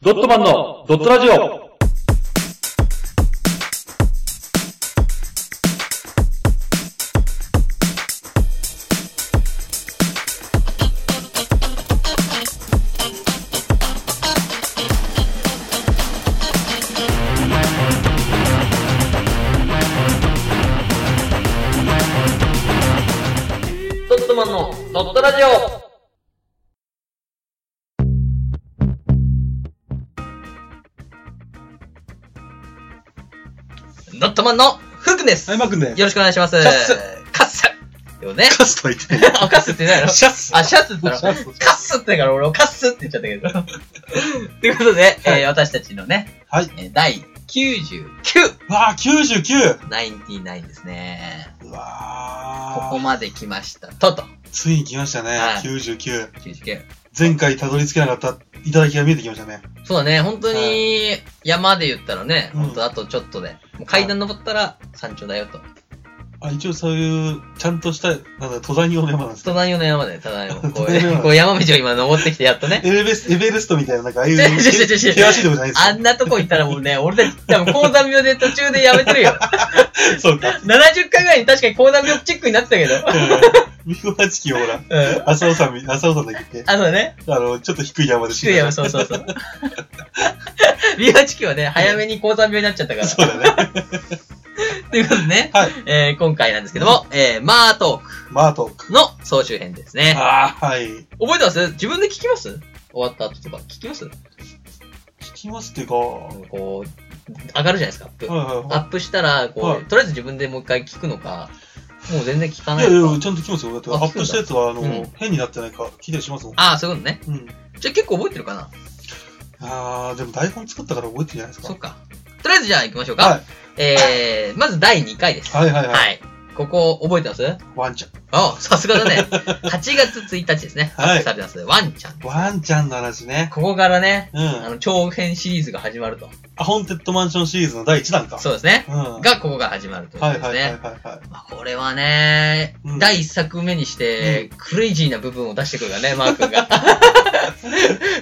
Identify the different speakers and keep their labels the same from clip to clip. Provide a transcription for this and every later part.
Speaker 1: ドットマンのドットラジオ
Speaker 2: ドットマンのドットラジオドットマンのフクです、
Speaker 3: はい、マー君で。
Speaker 2: よろしくお願いします
Speaker 3: シャッス
Speaker 2: カッサよ ね
Speaker 3: カスとは言ってない。
Speaker 2: あ、カッスって言ってないの
Speaker 3: シャッス。
Speaker 2: あ、シャツって言ったら、
Speaker 3: シャツ
Speaker 2: カッスって言うから俺もカッスって言っちゃったけど。ということで、えー私たちのね、
Speaker 3: はい。
Speaker 2: えー第 99!99
Speaker 3: わあ、99!
Speaker 2: ですね。
Speaker 3: う
Speaker 2: こ
Speaker 3: わ
Speaker 2: こ
Speaker 3: あ。
Speaker 2: まで来ました。とと。
Speaker 3: ついに来ましたね、
Speaker 2: はい
Speaker 3: 99。
Speaker 2: 99。
Speaker 3: 前回たどり着けなかった頂きが見えてきましたね。
Speaker 2: そうだね、本当に山で言ったらね、
Speaker 3: うん
Speaker 2: 本当あとちょっとで、もう階段登ったら山頂だよと。
Speaker 3: あ、一応そういう、ちゃんとした、なんだ、登山用の山なんですね。
Speaker 2: 隣の山で、ただいま、こう
Speaker 3: 隣の山
Speaker 2: こう山道を今登ってきてやっとね。
Speaker 3: エベレスエベレストみたいな、なんかああいう、
Speaker 2: 違う違う違う違う
Speaker 3: 険しいとこじゃない
Speaker 2: あんなとこ行ったらもうね、 俺たち多分高山病で途中でやめてるよ。
Speaker 3: ですよ。そうか。
Speaker 2: 70回ぐらいに確かに高山病チェックになってたけど。
Speaker 3: うん。三河地区をほら、
Speaker 2: うん。
Speaker 3: 浅尾さんみ、浅尾さんだっけ
Speaker 2: あ、そうだね。
Speaker 3: あの、ちょっと低い山で
Speaker 2: 低い山、
Speaker 3: そ
Speaker 2: そうそう そう。美容地区はね、早めに高山病になっちゃったから。
Speaker 3: うだね。
Speaker 2: ということでね、
Speaker 3: はい。
Speaker 2: えー今回なんですけども、えー、マートー
Speaker 3: マート。
Speaker 2: クの総集編ですね。
Speaker 3: ああ、はい。
Speaker 2: 覚えてます自分で聞きます終わった後とか聞きます
Speaker 3: 聞きますっていうか、は
Speaker 2: こう、上がるじゃないですか。アッ
Speaker 3: い
Speaker 2: プ
Speaker 3: はい
Speaker 2: ア
Speaker 3: は
Speaker 2: ップしたら、こう、
Speaker 3: はい
Speaker 2: とりあえず自分でもう一回聞くのか、もう全然聞か
Speaker 3: い。い
Speaker 2: ない
Speaker 3: や
Speaker 2: の
Speaker 3: い
Speaker 2: か。
Speaker 3: や、ちゃんと聞きますよ。だって、
Speaker 2: あ
Speaker 3: アップしたやつは、あの、
Speaker 2: うん
Speaker 3: 変になってないか、聞いたりしますもん。
Speaker 2: ああ、そういうことね。
Speaker 3: うん。
Speaker 2: じゃあ結構覚えてるかな、
Speaker 3: あー、でも台本作ったから覚えてるじゃないです
Speaker 2: そっ
Speaker 3: か。
Speaker 2: か。とりあえずじゃあ行きましょうか。
Speaker 3: はい
Speaker 2: えー、まず第2回です。
Speaker 3: はいはいはい。
Speaker 2: ここ覚えてます
Speaker 3: ワンちゃ
Speaker 2: あさすがだ ね。8月1日ですね。
Speaker 3: はい
Speaker 2: アップされてます。ワンちゃん。
Speaker 3: ん。ワンちゃんの話ね。
Speaker 2: ここからね、
Speaker 3: うん。
Speaker 2: あ
Speaker 3: あ
Speaker 2: の、長編シリーズが始まると。
Speaker 3: ホーンテッドマンションシリーズの第1弾か。
Speaker 2: そうですね。
Speaker 3: うん。はい
Speaker 2: が、ここが始まるというこ
Speaker 3: は
Speaker 2: と
Speaker 3: い
Speaker 2: ですね。
Speaker 3: はいはいは
Speaker 2: まあこれはね、
Speaker 3: うん
Speaker 2: 第1作目にして、クレイジーな部分を出してくる からね、マー君が。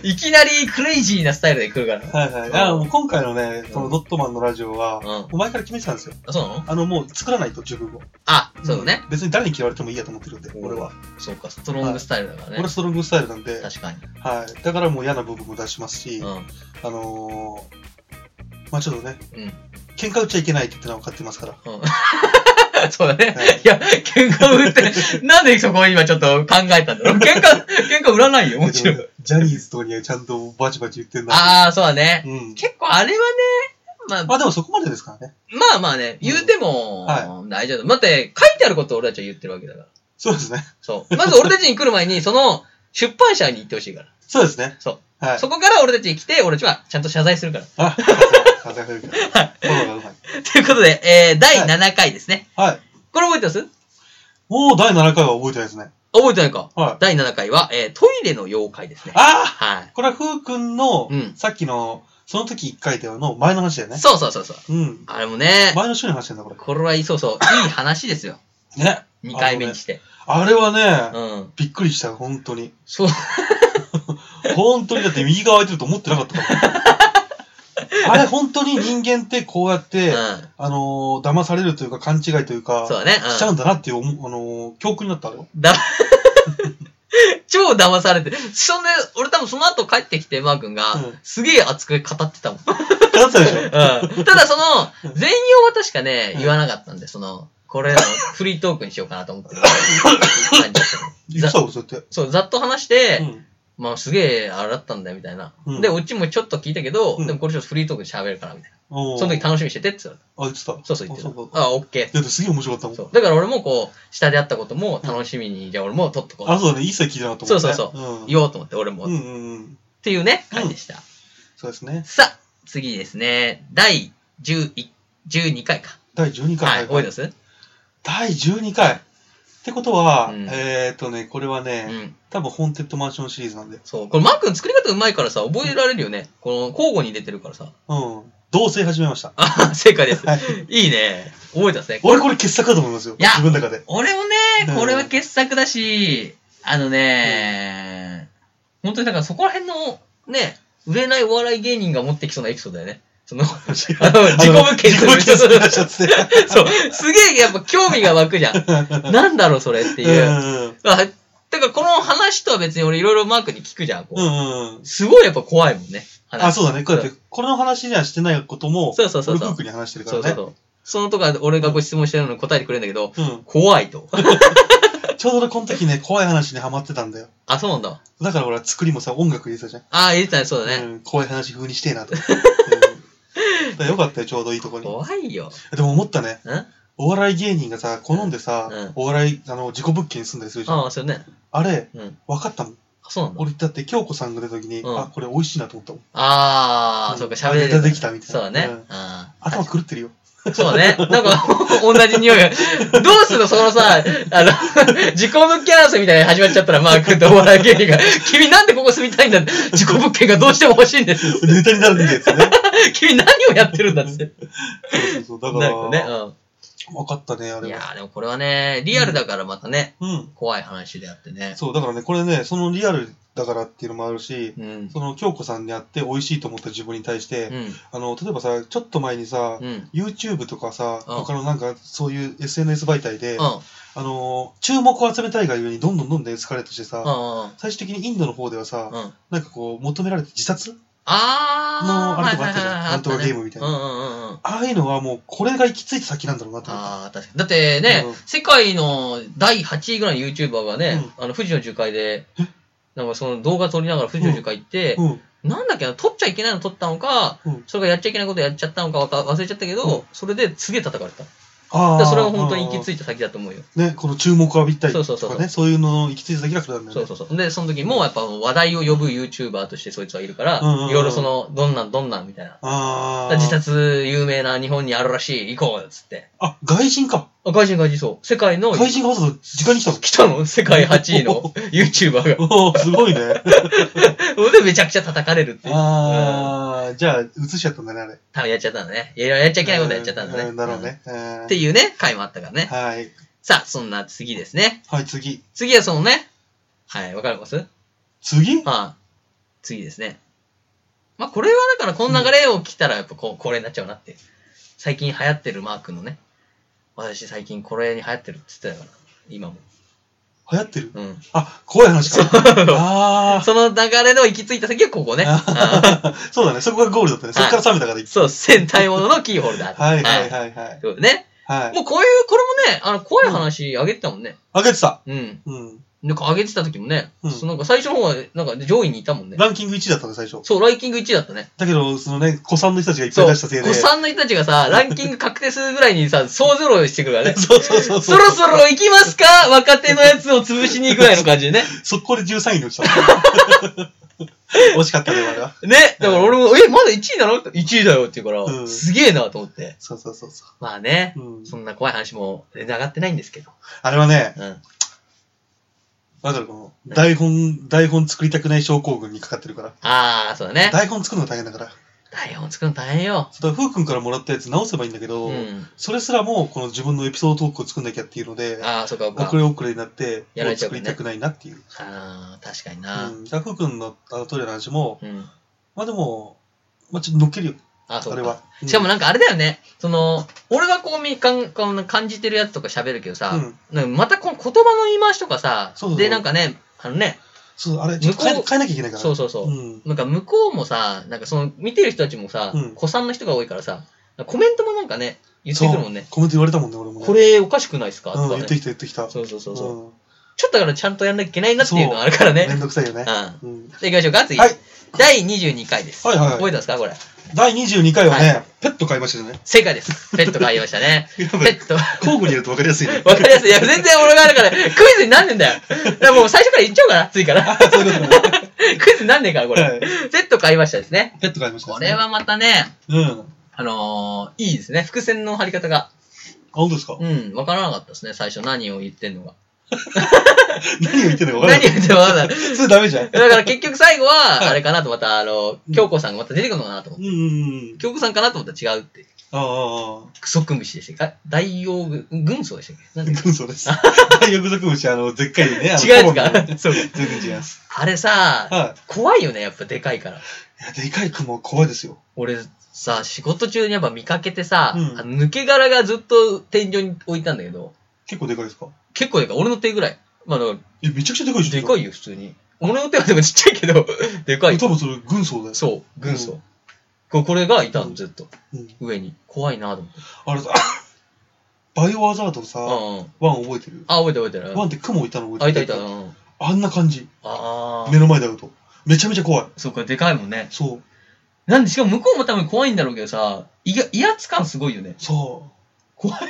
Speaker 2: いきなりクレイジーなスタイルで来るから。
Speaker 3: い。はいはい。あもう今回のね、そのドットマンのラジオは、
Speaker 2: う
Speaker 3: お前から決めてたんですよ。
Speaker 2: あ、そうなの
Speaker 3: あの、もう作らないと、熟語。
Speaker 2: あ、そうだね。
Speaker 3: ん。別に誰に嫌われてもいいやと思ってるんで、俺は。
Speaker 2: そうか、ストロングスタイルだからね。
Speaker 3: 俺はストロングスタイルなんで、
Speaker 2: 確かに。
Speaker 3: はい。だからもう嫌な部分も出しますし、
Speaker 2: うん。
Speaker 3: あのー、まあちょっとね、
Speaker 2: うん
Speaker 3: 喧嘩打っちゃいけないって言ってのは分かってますから。
Speaker 2: そうだね
Speaker 3: はい。
Speaker 2: いや、喧嘩売 って、なんでそこを今ちょっと考えたんだろう。喧嘩、喧嘩売らないよ、もちろん。
Speaker 3: ジャニーズとにはちゃんとバチバチ言ってんだ。
Speaker 2: ああ、そうだね。
Speaker 3: うん。
Speaker 2: 結構あれはね、まあ、
Speaker 3: まあでもそこまでですからね。
Speaker 2: まあまあね、言うても、
Speaker 3: は
Speaker 2: 大丈夫。待って、書いてあることを俺たちは言ってるわけだから。
Speaker 3: そうですね。
Speaker 2: そう。まず俺たちに来る前 に、その、出版社に行ってほしいから。
Speaker 3: そうですね。
Speaker 2: そ
Speaker 3: はい。
Speaker 2: そこから俺たちに来て、俺たちはちゃんと謝罪するから。
Speaker 3: あ、さすが、さすが、フォローがうまい。
Speaker 2: ということで、えー、第7回ですね。
Speaker 3: はい。
Speaker 2: これ覚えてます
Speaker 3: もう第7回は覚えてないですね。
Speaker 2: 覚えてないか。
Speaker 3: はい。
Speaker 2: 第7回は、えー、トイレの妖怪ですね。
Speaker 3: あ
Speaker 2: は
Speaker 3: あこれはふうくんの、
Speaker 2: うん
Speaker 3: さっきの、その時1回での前の話だよ
Speaker 2: い。
Speaker 3: ね。
Speaker 2: そうそうそうそう。
Speaker 3: うん。
Speaker 2: あれもね、
Speaker 3: 前の週の話なんだ、こ
Speaker 2: これはいい、そうそう、いい話ですよ。
Speaker 3: れ。ね。
Speaker 2: 2回目にして。
Speaker 3: あれはね、
Speaker 2: うん。
Speaker 3: びっくりした、本当に。
Speaker 2: そう。
Speaker 3: 本当にだって右側空いてると思ってなかっ たから。あれ本当に人間ってこうやっ
Speaker 2: うん。
Speaker 3: て、
Speaker 2: そ
Speaker 3: あのー騙されるというか勘違いというか、
Speaker 2: うだね。
Speaker 3: しちゃ
Speaker 2: う。
Speaker 3: うんんだなっていう思う、あのー教訓になったの。
Speaker 2: だ、 超騙されてる。そんで、俺多分その後帰ってきて、マー君が、
Speaker 3: うん
Speaker 2: すげえ熱く語って たもん。
Speaker 3: だったでしょ
Speaker 2: うんただその、全容は確かね、
Speaker 3: うん
Speaker 2: 言わなかったんで、その、これのフリートークにしようかなと思 ってる感じだったの
Speaker 3: 言ってたもん、そうやっ。
Speaker 2: そう、ざっと話して
Speaker 3: う
Speaker 2: て、
Speaker 3: ん。
Speaker 2: まあすげえあれだったんだよ、みたいな
Speaker 3: う。ん
Speaker 2: で、オチもちょっと聞いたけど、
Speaker 3: うん
Speaker 2: でもこれちょっとフリートークで喋るから、みたいな。
Speaker 3: おー
Speaker 2: その時楽しみにしててって言われ
Speaker 3: あ、言ってた。
Speaker 2: た。そうそう言って
Speaker 3: あそう
Speaker 2: た。
Speaker 3: か
Speaker 2: あ、オッケ
Speaker 3: だってすげえ面白かったも
Speaker 2: ー。
Speaker 3: ん。
Speaker 2: そう。だから俺もこう、下であったことも楽しみに、じゃあ俺も撮っとこ
Speaker 3: あ、
Speaker 2: う。
Speaker 3: そうだね。一切聞いてなかったもんね。
Speaker 2: そうそう
Speaker 3: そ
Speaker 2: 言おうと思って、俺も。
Speaker 3: う
Speaker 2: っ
Speaker 3: んうんうん。
Speaker 2: ていうね、
Speaker 3: うん
Speaker 2: 感じでした。
Speaker 3: そうですね。
Speaker 2: さあ、次ですね。第11 12回か。
Speaker 3: 第12
Speaker 2: はい、
Speaker 3: 回。
Speaker 2: 覚えてます
Speaker 3: 第12回。ってことは、
Speaker 2: うん
Speaker 3: えっとね、これは
Speaker 2: う
Speaker 3: ね、
Speaker 2: ん。
Speaker 3: 多分ホーンテッドマンションシリーズなんで。
Speaker 2: そう。これマー君作り方うまいからさ、覚えられるよね。この交互に出てるからさ。
Speaker 3: うん。同棲始めました。
Speaker 2: あ、正解です。
Speaker 3: はい。
Speaker 2: いいね。覚えたんですね。
Speaker 3: 俺これ傑作だと思いますよ。
Speaker 2: いや
Speaker 3: 自分の 中で。
Speaker 2: 俺もね
Speaker 3: う、ん
Speaker 2: これは傑作だし、あのね、本当にだからそこら辺のね、売れないお笑い芸人が持ってきそうなエピソードだよね。そ の、あの 自己物件
Speaker 3: 自己物件好きな人っつって。
Speaker 2: そう。すげえやっぱ興味が湧くじゃ ん。なんだろうそれっていう。あてかこの話とは別に俺いろいろマークに聞くじゃん。こう
Speaker 3: う
Speaker 2: ん
Speaker 3: うんうん。
Speaker 2: すごいやっぱ怖いもんね。話
Speaker 3: あ、そうだね。こうやって、これの話にはしてないことも、
Speaker 2: そうそうそう
Speaker 3: ブ
Speaker 2: そ
Speaker 3: ッ
Speaker 2: う。
Speaker 3: クに話してるか
Speaker 2: そ
Speaker 3: ら
Speaker 2: うそう
Speaker 3: ね
Speaker 2: そ。う。そのとか俺がご質問してるのに答えてくれるんだけど、
Speaker 3: うん。
Speaker 2: 怖いと。
Speaker 3: ちょうど俺この時ね、怖い話にハマってたんだよ。
Speaker 2: あ、そうなんだ。
Speaker 3: だから俺は作りもさ、音楽入れてたじゃん。
Speaker 2: ああ、言ってたね、そうだね。
Speaker 3: うん、怖い話風にして えなと。うんだからよかったよ、ちょうどいいとこに。
Speaker 2: 怖いよ。
Speaker 3: でも思ったね。
Speaker 2: んあ
Speaker 3: お笑い芸人がさ、好んでさ、
Speaker 2: うん
Speaker 3: お笑い、あの、自己物件に住んだりするじゃん。
Speaker 2: あ、そうね。
Speaker 3: あれ、
Speaker 2: うん。
Speaker 3: 分かったもん。
Speaker 2: あそうなんだ。
Speaker 3: 俺だって、京子さんが出た時に、
Speaker 2: うん
Speaker 3: あ、これ美味しいなと思ったもん。
Speaker 2: あ
Speaker 3: う
Speaker 2: あ、
Speaker 3: ん
Speaker 2: そうか、喋れるから。
Speaker 3: ネタできたみたいな
Speaker 2: そうだね
Speaker 3: うん。
Speaker 2: あー
Speaker 3: 頭狂ってるよ。
Speaker 2: そうね。なんか、 同じ匂いが。どうするのそのさ、あの、 自己物件争いみたいに始まっちゃったら、マー君とお笑い芸人が、君なんでここ住みたいんだ自己物件がどうしても欲しいんです。
Speaker 3: ネタになるんだよつね。
Speaker 2: 君何をやってるんだっつって。
Speaker 3: そうそうそ
Speaker 2: な
Speaker 3: う。だか
Speaker 2: る
Speaker 3: ら、
Speaker 2: ほどね。
Speaker 3: 分かったね、あ
Speaker 2: うん。い
Speaker 3: れ
Speaker 2: や
Speaker 3: は。
Speaker 2: ーでもこれはね、リアルだからまたね、
Speaker 3: うん。
Speaker 2: 怖い話であってね。
Speaker 3: そう、だからね、これね、そのリアルだからっていうのもあるし、
Speaker 2: うん。
Speaker 3: その京子さんに会って美味しいと思った自分に対して、
Speaker 2: うん。
Speaker 3: あの、例えばさ、ちょっと前にさ、
Speaker 2: うん。
Speaker 3: YouTube とかさ、
Speaker 2: うん
Speaker 3: 他のなんかそういう SNS 媒体で、
Speaker 2: うん。
Speaker 3: あのー、注目を集めたいがゆえにどんどんどんどんエスカレートしてさ、
Speaker 2: うん。
Speaker 3: 最終的にインドの方ではさ、
Speaker 2: うん。
Speaker 3: なんかこう求められて自殺
Speaker 2: あー。
Speaker 3: のあれとかあったじゃ
Speaker 2: は
Speaker 3: ん
Speaker 2: いはいはい
Speaker 3: なんとかゲームみたいな
Speaker 2: うんうんうんうん。
Speaker 3: ああいうのはもうこれが行き着いた先なんだろうなと思った。
Speaker 2: ああ、確かに。だってね、
Speaker 3: うん
Speaker 2: 世界の第8位ぐらいの YouTuber がね、あの、富士の樹海で、なんかその動画撮りながら富士の樹海行って、
Speaker 3: うん、
Speaker 2: なんだっけな、撮っちゃいけないの撮ったのか、
Speaker 3: うん
Speaker 2: それがやっちゃいけないことやっちゃったのかわか忘れちゃったけど、
Speaker 3: うん
Speaker 2: それですげえ叩かれた。だ
Speaker 3: あ
Speaker 2: から
Speaker 3: あ。
Speaker 2: それが本当に行き
Speaker 3: い
Speaker 2: 着いた先だと思うよ。
Speaker 3: ね、この注目を浴びたいとかね、
Speaker 2: そ
Speaker 3: そうう
Speaker 2: そうそう
Speaker 3: いうのの行き着いた先がそれなんだよ
Speaker 2: そう
Speaker 3: ね。
Speaker 2: そうそう。で、その時もやっぱ話題を呼ぶ YouTuber としてそいつはいるから、
Speaker 3: うんうんうん
Speaker 2: いろいろその、どんなんどんなんみたいな。
Speaker 3: ああ。
Speaker 2: 自殺有名な日本にあるらしい、行こうっつって。
Speaker 3: あ、外人か。
Speaker 2: あ外人外人そう。世界の
Speaker 3: 外人がわざわざ時間に来たの。
Speaker 2: 来たの世界8位の YouTuber が。
Speaker 3: おーすごいね。
Speaker 2: で、めちゃくちゃ叩かれる っていう。
Speaker 3: ああ、じゃあ、映しちゃったんだね、あれ。い
Speaker 2: 多分やっちゃったんだね。いろいろやっちゃいけないことやっちゃったんだね。
Speaker 3: だろうね。
Speaker 2: う。
Speaker 3: うんん
Speaker 2: っていうね、回もあったからね。
Speaker 3: はい。
Speaker 2: さあ、そんな次ですね。
Speaker 3: はい、次。
Speaker 2: 次はそのね、はい、わかりますはい、
Speaker 3: 次
Speaker 2: 次ですね。まあ、これはだから、この流れを来たら、やっぱこう、これになっちゃうなって。最近流行ってるマークのね。私最近これに流行ってるって言ってたから、今も。
Speaker 3: 流行ってる
Speaker 2: うん。
Speaker 3: あ、怖い話か。あ
Speaker 2: その流れの行き着いた先はここね。あー
Speaker 3: あ。そうだね、そこがゴールだったね。そこから冷めたからいい。
Speaker 2: そう、戦隊もののキーホルダー。
Speaker 3: はいはいはいはい。
Speaker 2: ということでね。
Speaker 3: はい。
Speaker 2: もうこういう、これもね、あの、怖い話あげてたもんね。
Speaker 3: あげてた。
Speaker 2: うん。
Speaker 3: うん。
Speaker 2: なんか上げてた時もね、
Speaker 3: うん
Speaker 2: そのなんか最初の方は、なんか上位にいたもんね。
Speaker 3: ランキング1位だったね、最初。
Speaker 2: そう、ランキング1位だったね。
Speaker 3: だけど、そのね、古参の人たちがいっぱ
Speaker 2: そう。
Speaker 3: い
Speaker 2: お
Speaker 3: 出したせいで。。
Speaker 2: 産の人たちがさ、ランキング確定するぐらいにさ、総ゼロしてくるからね
Speaker 3: そうそうそう
Speaker 2: そ
Speaker 3: そう。
Speaker 2: ろそろ行きますか若手のやつを潰しに行くぐらいの感じ でね。
Speaker 3: 速攻で13位に落ちた。惜しかったね、あれは。
Speaker 2: ね。だから俺も、え、まだ1位なの ?1 位だよって言うか
Speaker 3: う
Speaker 2: ら、
Speaker 3: ん
Speaker 2: すげえなと思って。
Speaker 3: そうそうそうそ
Speaker 2: まあね、
Speaker 3: う。うん。
Speaker 2: そんな怖い話も上がってないんですけど。
Speaker 3: あれはね、
Speaker 2: うん。
Speaker 3: わかるこの、台本、台本作りたくない症候群にかかってるから。
Speaker 2: あー、そうだね。
Speaker 3: 台本作るのが大変だから。
Speaker 2: 台本作るの大変よ。
Speaker 3: そうだから、ふうくんからもらったやつ直せばいいんだけど、
Speaker 2: うん。
Speaker 3: それすらも、この自分のエピソードトークを作んなきゃっていうので、
Speaker 2: ああ、そうか、そうか
Speaker 3: 遅。れ遅れになって、
Speaker 2: やられちゃう
Speaker 3: も
Speaker 2: も
Speaker 3: うん作り
Speaker 2: ね
Speaker 3: たくないなっていう。
Speaker 2: ああ、確かにな。
Speaker 3: うん。だからふうくんのあのトイレの話も、
Speaker 2: うん。
Speaker 3: まあでも、まあちょっと乗っけるよ、
Speaker 2: あ、そ
Speaker 3: あ
Speaker 2: う
Speaker 3: れ
Speaker 2: か
Speaker 3: は。。うん
Speaker 2: しかも、なんかあれだよね。その、俺がこうみかんこう感じてるやつとか喋るけどさ、
Speaker 3: うん
Speaker 2: なんかまたこの言葉の言い回しとかさ、
Speaker 3: そうそう
Speaker 2: で、なんかね、あのね、
Speaker 3: そう、あれ、ちょっと変え
Speaker 2: 向こう
Speaker 3: 変えなきゃいけないから。
Speaker 2: そうそうそう。
Speaker 3: うん。
Speaker 2: なんか向こうもさ、なんかその見てる人たちもさ、
Speaker 3: うん
Speaker 2: 子さんの人が多いからさ、コメントもなんかね、言ってくるもんね
Speaker 3: そう。コメント言われたもんね、俺もね。
Speaker 2: これおかしくないですかと
Speaker 3: うん、
Speaker 2: か
Speaker 3: 言
Speaker 2: ね
Speaker 3: って。きた、言ってきた。
Speaker 2: そうそうそうそう。
Speaker 3: うん
Speaker 2: ちょっとだからちゃんとやんなきゃいけないなっていうのがあるからね。
Speaker 3: めんどくさいよね。
Speaker 2: う
Speaker 3: うん。
Speaker 2: ん。で、行きましょうか、次。
Speaker 3: はい
Speaker 2: 第22回です。
Speaker 3: はいはいはい
Speaker 2: 覚えてますかこれ。
Speaker 3: 第22回は
Speaker 2: は
Speaker 3: ね、ペット買いましたよね。
Speaker 2: 正解です。ペットがいましたね。
Speaker 3: やばい
Speaker 2: ペット。
Speaker 3: 交互にやると分かりやす いね。
Speaker 2: わかりやすい。いや、全然俺があるから、クイズになんねんだよ。だからもう最初から言っちゃおうかな、次から。ク
Speaker 3: そういうことね。
Speaker 2: イズになんねんから、こ
Speaker 3: は
Speaker 2: れ
Speaker 3: い。
Speaker 2: ペット買いましたですね。
Speaker 3: ペット買いましたね。
Speaker 2: これはまたね、
Speaker 3: うん。あ、
Speaker 2: あのー、いいですね。伏線の張り方が。
Speaker 3: 本当ですか
Speaker 2: うん、わからなかったですね、最初。何を言ってんのか。
Speaker 3: 何を言ってんのか分か
Speaker 2: 何
Speaker 3: ら
Speaker 2: を言ってもわからない。
Speaker 3: ない。それダメじゃん。うん
Speaker 2: だから結局最後は、
Speaker 3: い
Speaker 2: あれかなと、また、あの、京子さんがまた出てくるのかなと思っ
Speaker 3: うんうん。
Speaker 2: て。京子さんかなと思ったら違うっていう。
Speaker 3: ああ、
Speaker 2: クソクムシでしたっけあ、大王軍、軍曹でしたっけなんだっ
Speaker 3: 軍曹です。翼族虫、あの、でっかいね。あの
Speaker 2: け違う
Speaker 3: 雲
Speaker 2: や
Speaker 3: が
Speaker 2: つかそう。
Speaker 3: 全然違います。
Speaker 2: あれさ、
Speaker 3: は
Speaker 2: 怖いよね、やっぱでかいから。
Speaker 3: い。いや、でかい雲怖いですよ。
Speaker 2: 俺さ、仕事中にやっぱ見かけてさ、
Speaker 3: うん
Speaker 2: あの抜け殻がずっと天井に置いたんだけど、
Speaker 3: 結構でかいですか
Speaker 2: 結構でかい。俺の手ぐらい。まあ、だから
Speaker 3: え、めちゃくちゃでかいじゃ
Speaker 2: で
Speaker 3: ん。
Speaker 2: かいよ、普通に。俺の手はでもちっちゃいけど、 でかい。
Speaker 3: 多分それ、軍曹だよ。
Speaker 2: そう、軍曹。ここれがいたの、ずっと。
Speaker 3: うん
Speaker 2: 上に。怖いなと思って。
Speaker 3: あれさ、 バイオハザードさ、
Speaker 2: うんうん。
Speaker 3: ワン覚えてる
Speaker 2: あ、覚えてる覚えてる。
Speaker 3: ワンって雲いたの
Speaker 2: あ、
Speaker 3: 覚
Speaker 2: い
Speaker 3: え
Speaker 2: た
Speaker 3: て
Speaker 2: い
Speaker 3: る
Speaker 2: た。うん。
Speaker 3: あんな感じ。
Speaker 2: あ
Speaker 3: 目
Speaker 2: ー。
Speaker 3: の前で会うと。めちゃめちゃ怖い。
Speaker 2: そうか、でかいもんね。
Speaker 3: そう。
Speaker 2: なんで、しかも向こうも多分怖いんだろうけどさ、いが威圧感すごい よね。
Speaker 3: そう。
Speaker 2: 怖
Speaker 3: い。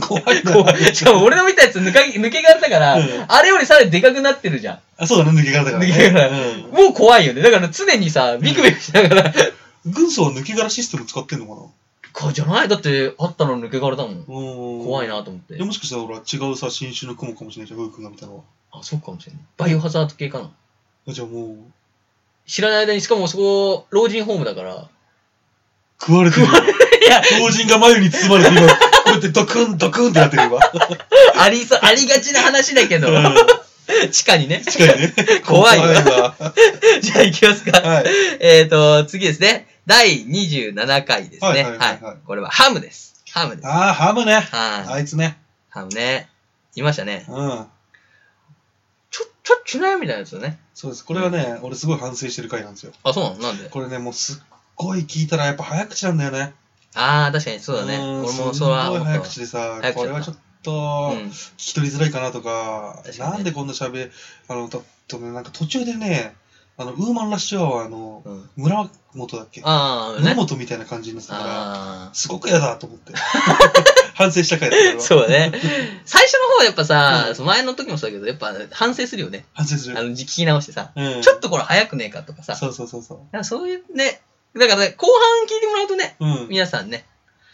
Speaker 3: 怖いな。
Speaker 2: 怖い。しかも俺の見たやつ抜か抜け殻だから、
Speaker 3: うん
Speaker 2: あれよりさらにでかくなってるじゃ
Speaker 3: あ、そうだね、抜け殻だから、ね。
Speaker 2: 抜け殻
Speaker 3: うん
Speaker 2: ん。もう怖いよね。だから常にさ、ビクビクしながら、
Speaker 3: 軍曹は抜け殻システム使ってんのかな
Speaker 2: か、じゃないだって、あったの抜け殻だもん。怖
Speaker 3: 怖
Speaker 2: いなと思って
Speaker 3: で。もしかしたら俺は違うさ、新種の雲かもしれないじゃん、ふうくんが見たのは。
Speaker 2: あ、そうかもしれない。バイオハザード系かな。
Speaker 3: じゃあもう、
Speaker 2: 知らない間に、しかもそこ、老人ホームだから。
Speaker 3: 食われてるよ。
Speaker 2: いや、
Speaker 3: 老人が眉に包まれて今、こうやってドクンドクンってなってるわ。
Speaker 2: ありそう、ありがちな話だけど、地下にね。
Speaker 3: 近いね。
Speaker 2: 怖いわ
Speaker 3: わ。
Speaker 2: じゃあ行きますか。
Speaker 3: はい。
Speaker 2: えっと、次ですね。第27回です
Speaker 3: はい
Speaker 2: ね。
Speaker 3: はいはい
Speaker 2: は
Speaker 3: はい
Speaker 2: い。これはハムです。ハムです。
Speaker 3: ああ、ハムね。
Speaker 2: はい。
Speaker 3: あいつね。
Speaker 2: ハムね。いましたね。
Speaker 3: うん。
Speaker 2: ちょ、ちょっちゅないみたいなやつよね。
Speaker 3: そうです。これはね、俺すごい反省してる回なんですよ。
Speaker 2: あ、そうなのなんで
Speaker 3: これね、もうすっごい聞いたらやっぱ早口なんだよね。
Speaker 2: ああ、確かにそうだね。
Speaker 3: ん
Speaker 2: 俺もそうは
Speaker 3: すご
Speaker 2: 思っ
Speaker 3: い
Speaker 2: た
Speaker 3: 早
Speaker 2: わ。
Speaker 3: 口でさ
Speaker 2: 早、口だった
Speaker 3: これはちょっ
Speaker 2: う
Speaker 3: と、
Speaker 2: ん。
Speaker 3: 聞き取りづらいかなとか、
Speaker 2: 確かにね
Speaker 3: なんでこんな喋あの、だとね、なんか途中でね、あの、ウーマンラッシュアワーの、
Speaker 2: うん
Speaker 3: 村本だっけ
Speaker 2: ああ、ね。
Speaker 3: 村本みたいな感じになってたから、
Speaker 2: あ
Speaker 3: すごく嫌だと思って。反省した回だ
Speaker 2: あ。
Speaker 3: よ、それは
Speaker 2: そうだね。最初の方はやっぱ
Speaker 3: う
Speaker 2: さ
Speaker 3: ん、
Speaker 2: その前の時もそうだけど、やっぱ反省するよね。
Speaker 3: 反省す
Speaker 2: あ
Speaker 3: る。
Speaker 2: の、聞き直してさ。
Speaker 3: うん。
Speaker 2: ちょっとこれ早くねえかとかさ。
Speaker 3: そうそうそうそう。
Speaker 2: なんかそういうね、だからね、後半聞いてもらうとね、
Speaker 3: うん。
Speaker 2: 皆さんね、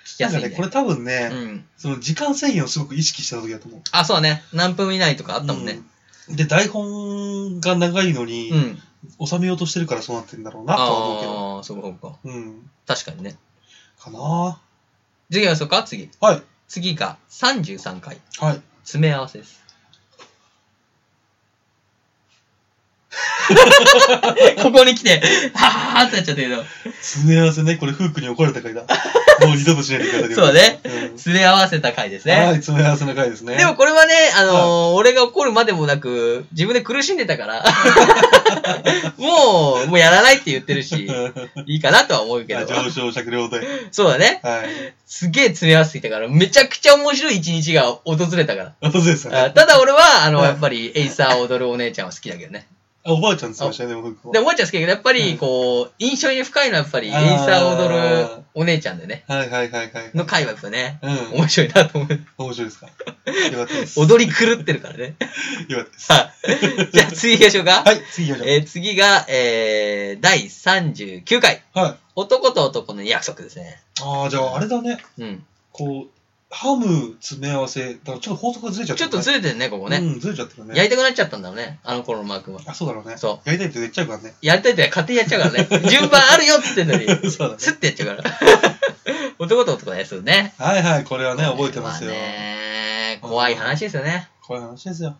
Speaker 2: 聞き
Speaker 3: な
Speaker 2: や
Speaker 3: ん
Speaker 2: す
Speaker 3: か
Speaker 2: い、ね。
Speaker 3: ね、これ多分ね、
Speaker 2: うん。
Speaker 3: その時間制限をすごく意識した時だと思う。
Speaker 2: あ、そうだね。何分以内とかあったもんね。
Speaker 3: うん。で、台本が長いのに、
Speaker 2: うん。
Speaker 3: 収めようとしてるからそうなってんだろうなとは思うけど。
Speaker 2: ああ、そうかそうか。
Speaker 3: うん。
Speaker 2: 確かにね。
Speaker 3: かな
Speaker 2: 次はそうか次。
Speaker 3: ぁはい。
Speaker 2: 次が33回。
Speaker 3: はい。
Speaker 2: 詰め合わせ です。ここに来て、はぁーってなっちゃったけど、
Speaker 3: 詰め合わせね、これ、フークに怒られた回だ。 もう二度としないでください。
Speaker 2: そうね
Speaker 3: うん。
Speaker 2: 詰め合わせた回です
Speaker 3: はい、
Speaker 2: ね。
Speaker 3: 詰め合わせの回ですね。
Speaker 2: でもこれはね、あのー俺が怒るまでもなく、自分で苦しんでた から、もう、もうやらないって言ってるし、いいかなとは思うけ
Speaker 3: あ
Speaker 2: ど、
Speaker 3: 上昇酌量で。
Speaker 2: そうだね。
Speaker 3: はい。
Speaker 2: すげえ詰め合わせてきたから、めちゃくちゃ面白い一日が訪れたから。
Speaker 3: あ、そうですよ
Speaker 2: あ
Speaker 3: ね。
Speaker 2: ただ俺は、あの、
Speaker 3: はい
Speaker 2: やっぱり、エイサー踊るお姉ちゃんは好きだけどね。
Speaker 3: あ、おばあちゃんですよ、ね、でも、フークは
Speaker 2: で、お。もちゃん好きだけど、やっぱ
Speaker 3: う
Speaker 2: り、
Speaker 3: ん
Speaker 2: こう、印象に深いのはやっぱり、エイ
Speaker 3: あー
Speaker 2: サー踊るお姉ちゃんでね、
Speaker 3: はいはいはいはい。
Speaker 2: の回はやっぱね、
Speaker 3: うん。
Speaker 2: 面白いなと思う。
Speaker 3: 面白いで すか。よかったです。よ
Speaker 2: 踊り狂ってるから ね。
Speaker 3: かったです。
Speaker 2: さあ、 じゃあ次行きましょうか。
Speaker 3: はい、次行きまし
Speaker 2: えー次が、えー、第39回。
Speaker 3: ょう。はい。
Speaker 2: 男と男の約束ですね。
Speaker 3: ああ、じゃあ、あれだね。
Speaker 2: うん。
Speaker 3: こう、ハム詰め合わせ。だからちょっと法則がずれちゃって
Speaker 2: ちょっ
Speaker 3: る、
Speaker 2: とずれてるね、ここね。
Speaker 3: うん、ずれちゃってるね。
Speaker 2: やりたくなっちゃったんだろうね、あの頃のマー君は。
Speaker 3: あ、そうだろうね。
Speaker 2: そ
Speaker 3: やりたいって言っちゃうからね。
Speaker 2: やりたいって勝手にやっちゃうから ね。順番あるよって言ってんのに、
Speaker 3: そうだね。
Speaker 2: スッてやっちゃう から。男と男のやつね。
Speaker 3: はいはい、これはね、覚えてますよ。
Speaker 2: あね怖い話ですよね。
Speaker 3: こういう話ですよ。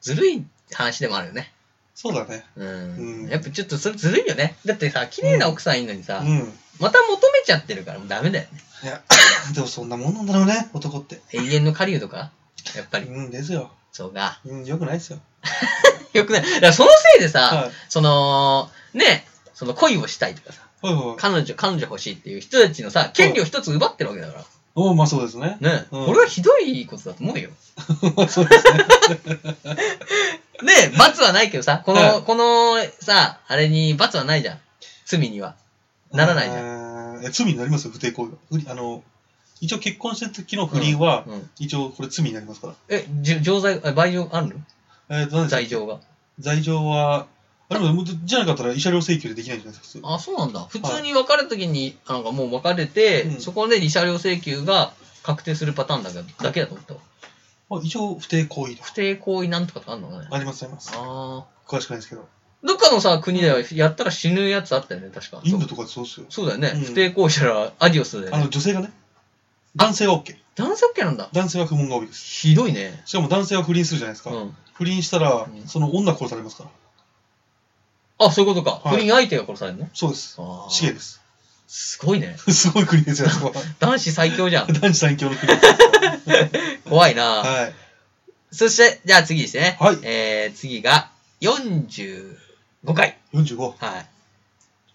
Speaker 2: ずるい話でもあるよね。
Speaker 3: そうだね。
Speaker 2: うん。
Speaker 3: うん
Speaker 2: やっぱちょっとそれずるいよね。だってさ、綺麗な奥さんいるのにさ、
Speaker 3: うん。
Speaker 2: また求めちゃってるからもうダメだよ ね。
Speaker 3: いや、 でもそんなもんなんだろうね、男って。
Speaker 2: 永遠の狩人とかやっぱり。
Speaker 3: うん、ですよ。
Speaker 2: そうか。
Speaker 3: うん、よくないですよ。
Speaker 2: よくない。だからそのせいでさ、
Speaker 3: はい
Speaker 2: その、ね、その恋をしたいとかさ、
Speaker 3: はいはい。
Speaker 2: 彼女、彼女欲しいっていう人たちのさ、権利を一つ奪ってるわけだから。
Speaker 3: おお、まあそうですね。
Speaker 2: ね、
Speaker 3: うん
Speaker 2: これはひどいことだと思うよ。
Speaker 3: まあそうですね。
Speaker 2: で、罰はないけどさ、この、
Speaker 3: はい
Speaker 2: このさ、あれに罰はないじゃん。罪には。 ならないじゃん。
Speaker 3: ゃ ん。え罪になりますよ、不定行為は。不利あの、一応結婚した時の不倫は、
Speaker 2: うん、
Speaker 3: 一応これ罪になりますか
Speaker 2: え、じょ錠剤、あ賠償あるの
Speaker 3: ら。えっ、と、何で
Speaker 2: 罪
Speaker 3: したっ
Speaker 2: 状が。
Speaker 3: け罪状は、あれも、じゃなかったら慰謝料請求でできないじゃないですか、
Speaker 2: あ、そうなんだ。普通に別れた時に、なんかもう別れて、
Speaker 3: うん
Speaker 2: そこで慰謝料請求が確定するパターンだけだけだと思ったわ。
Speaker 3: 普通。まあ、一応、不定行為だ。
Speaker 2: 不定行為なんとかってあるのね。
Speaker 3: あります、あります。
Speaker 2: ああ。
Speaker 3: 詳しくないですけど。
Speaker 2: どっかのさ、国ではやったら死ぬやつあったよね、確か。
Speaker 3: インドとかそうっすよ。
Speaker 2: そうだよね。
Speaker 3: うん
Speaker 2: 不定行者ら、アディオスだよ
Speaker 3: あ
Speaker 2: ね。
Speaker 3: の、女性がね、男性は OK。
Speaker 2: 男性 OK なんだ。
Speaker 3: 男性は不問が多いです。
Speaker 2: ひどいね。
Speaker 3: しかも男性は不倫するじゃないです
Speaker 2: う
Speaker 3: か。
Speaker 2: ん。
Speaker 3: 不倫したら
Speaker 2: う、ん
Speaker 3: その女殺されますから。
Speaker 2: あ、そういうことか。
Speaker 3: はい
Speaker 2: 不倫相手が殺されるの
Speaker 3: そうです。
Speaker 2: あー
Speaker 3: 死刑です。
Speaker 2: すごいね。
Speaker 3: すごい国ですよ、あそこは。
Speaker 2: 男子最強じ ゃん。
Speaker 3: 男子最強の国です。
Speaker 2: 怖いな、
Speaker 3: はい。
Speaker 2: そして、じゃあ次ですね。
Speaker 3: はい
Speaker 2: えー、次が、45回。
Speaker 3: 45。
Speaker 2: はい。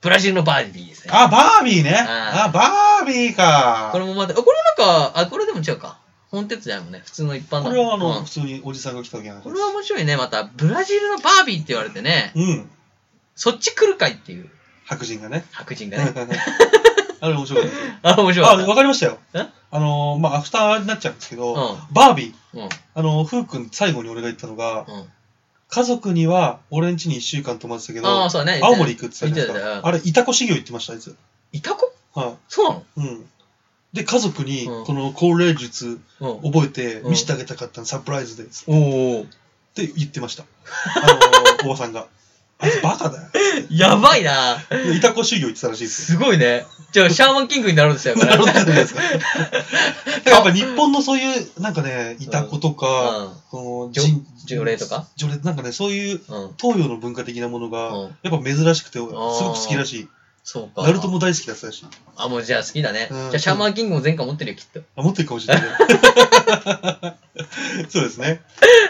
Speaker 2: ブラジルのバービーですね。
Speaker 3: あ、バービーね。
Speaker 2: あ
Speaker 3: あ、バービーか。
Speaker 2: これもまた、あこれなんか、あ、これでも違うか。本鉄じゃないもんね。普通の一般
Speaker 3: こ
Speaker 2: の。
Speaker 3: れはあ
Speaker 2: う
Speaker 3: の、
Speaker 2: ん
Speaker 3: 普通におじさんが来た時なんで
Speaker 2: これは面白いね。また、ブラジルのバービーって言われてね、
Speaker 3: うん。
Speaker 2: そっち来るかいっていう
Speaker 3: 白人がね。
Speaker 2: 白人がね。
Speaker 3: あれ面白いですよ。
Speaker 2: あ、面白
Speaker 3: あ、
Speaker 2: かった。
Speaker 3: わかりましたよ
Speaker 2: え。
Speaker 3: あの、まあ、アフターになっちゃうんですけど、
Speaker 2: うん
Speaker 3: バービー。
Speaker 2: うん。
Speaker 3: あの、ふうくん最後に俺が言ったのが、
Speaker 2: うん。
Speaker 3: 家族には俺ん家に一週間泊まってたけど、
Speaker 2: ああ、そうだね。
Speaker 3: 青森行くって言ったじゃ
Speaker 2: 言っ
Speaker 3: ないです
Speaker 2: てた
Speaker 3: か
Speaker 2: 言。ってた
Speaker 3: あれ、イタコ修行行ってました、あいつ。
Speaker 2: イタコ
Speaker 3: は
Speaker 2: そうなの
Speaker 3: い。うん。で、家族に、
Speaker 2: うん
Speaker 3: この高齢術
Speaker 2: うん。
Speaker 3: 覚えて
Speaker 2: うん
Speaker 3: 見せてあげたかったの、サプライズです。
Speaker 2: おお
Speaker 3: って言って ました。あの、おばさんが。あいつバカだよ。
Speaker 2: やばいな
Speaker 3: でイタコ修行行ってたらしいですよ。
Speaker 2: すごいね。じゃあ、シャーマンキングになるんですよ、これ。
Speaker 3: なるほどじゃ ないですか。だからやっぱ日本のそういう、なんかね、イタコとか、
Speaker 2: う
Speaker 3: この
Speaker 2: じょ
Speaker 3: 人
Speaker 2: 除霊とか。
Speaker 3: 除霊、なんかね、そういうん
Speaker 2: うん。
Speaker 3: 東洋の文化的なものが、
Speaker 2: うん
Speaker 3: やっぱ珍しくて、すごく
Speaker 2: ー
Speaker 3: 好きらしい。
Speaker 2: そうか。
Speaker 3: ナルトも大好きだったらしい。
Speaker 2: あ、もうじゃあ好きだね。
Speaker 3: うん
Speaker 2: じゃあ、シャーマンキングも前回持ってるよ、きっと。
Speaker 3: あ、持ってるかもし れない。そうですね。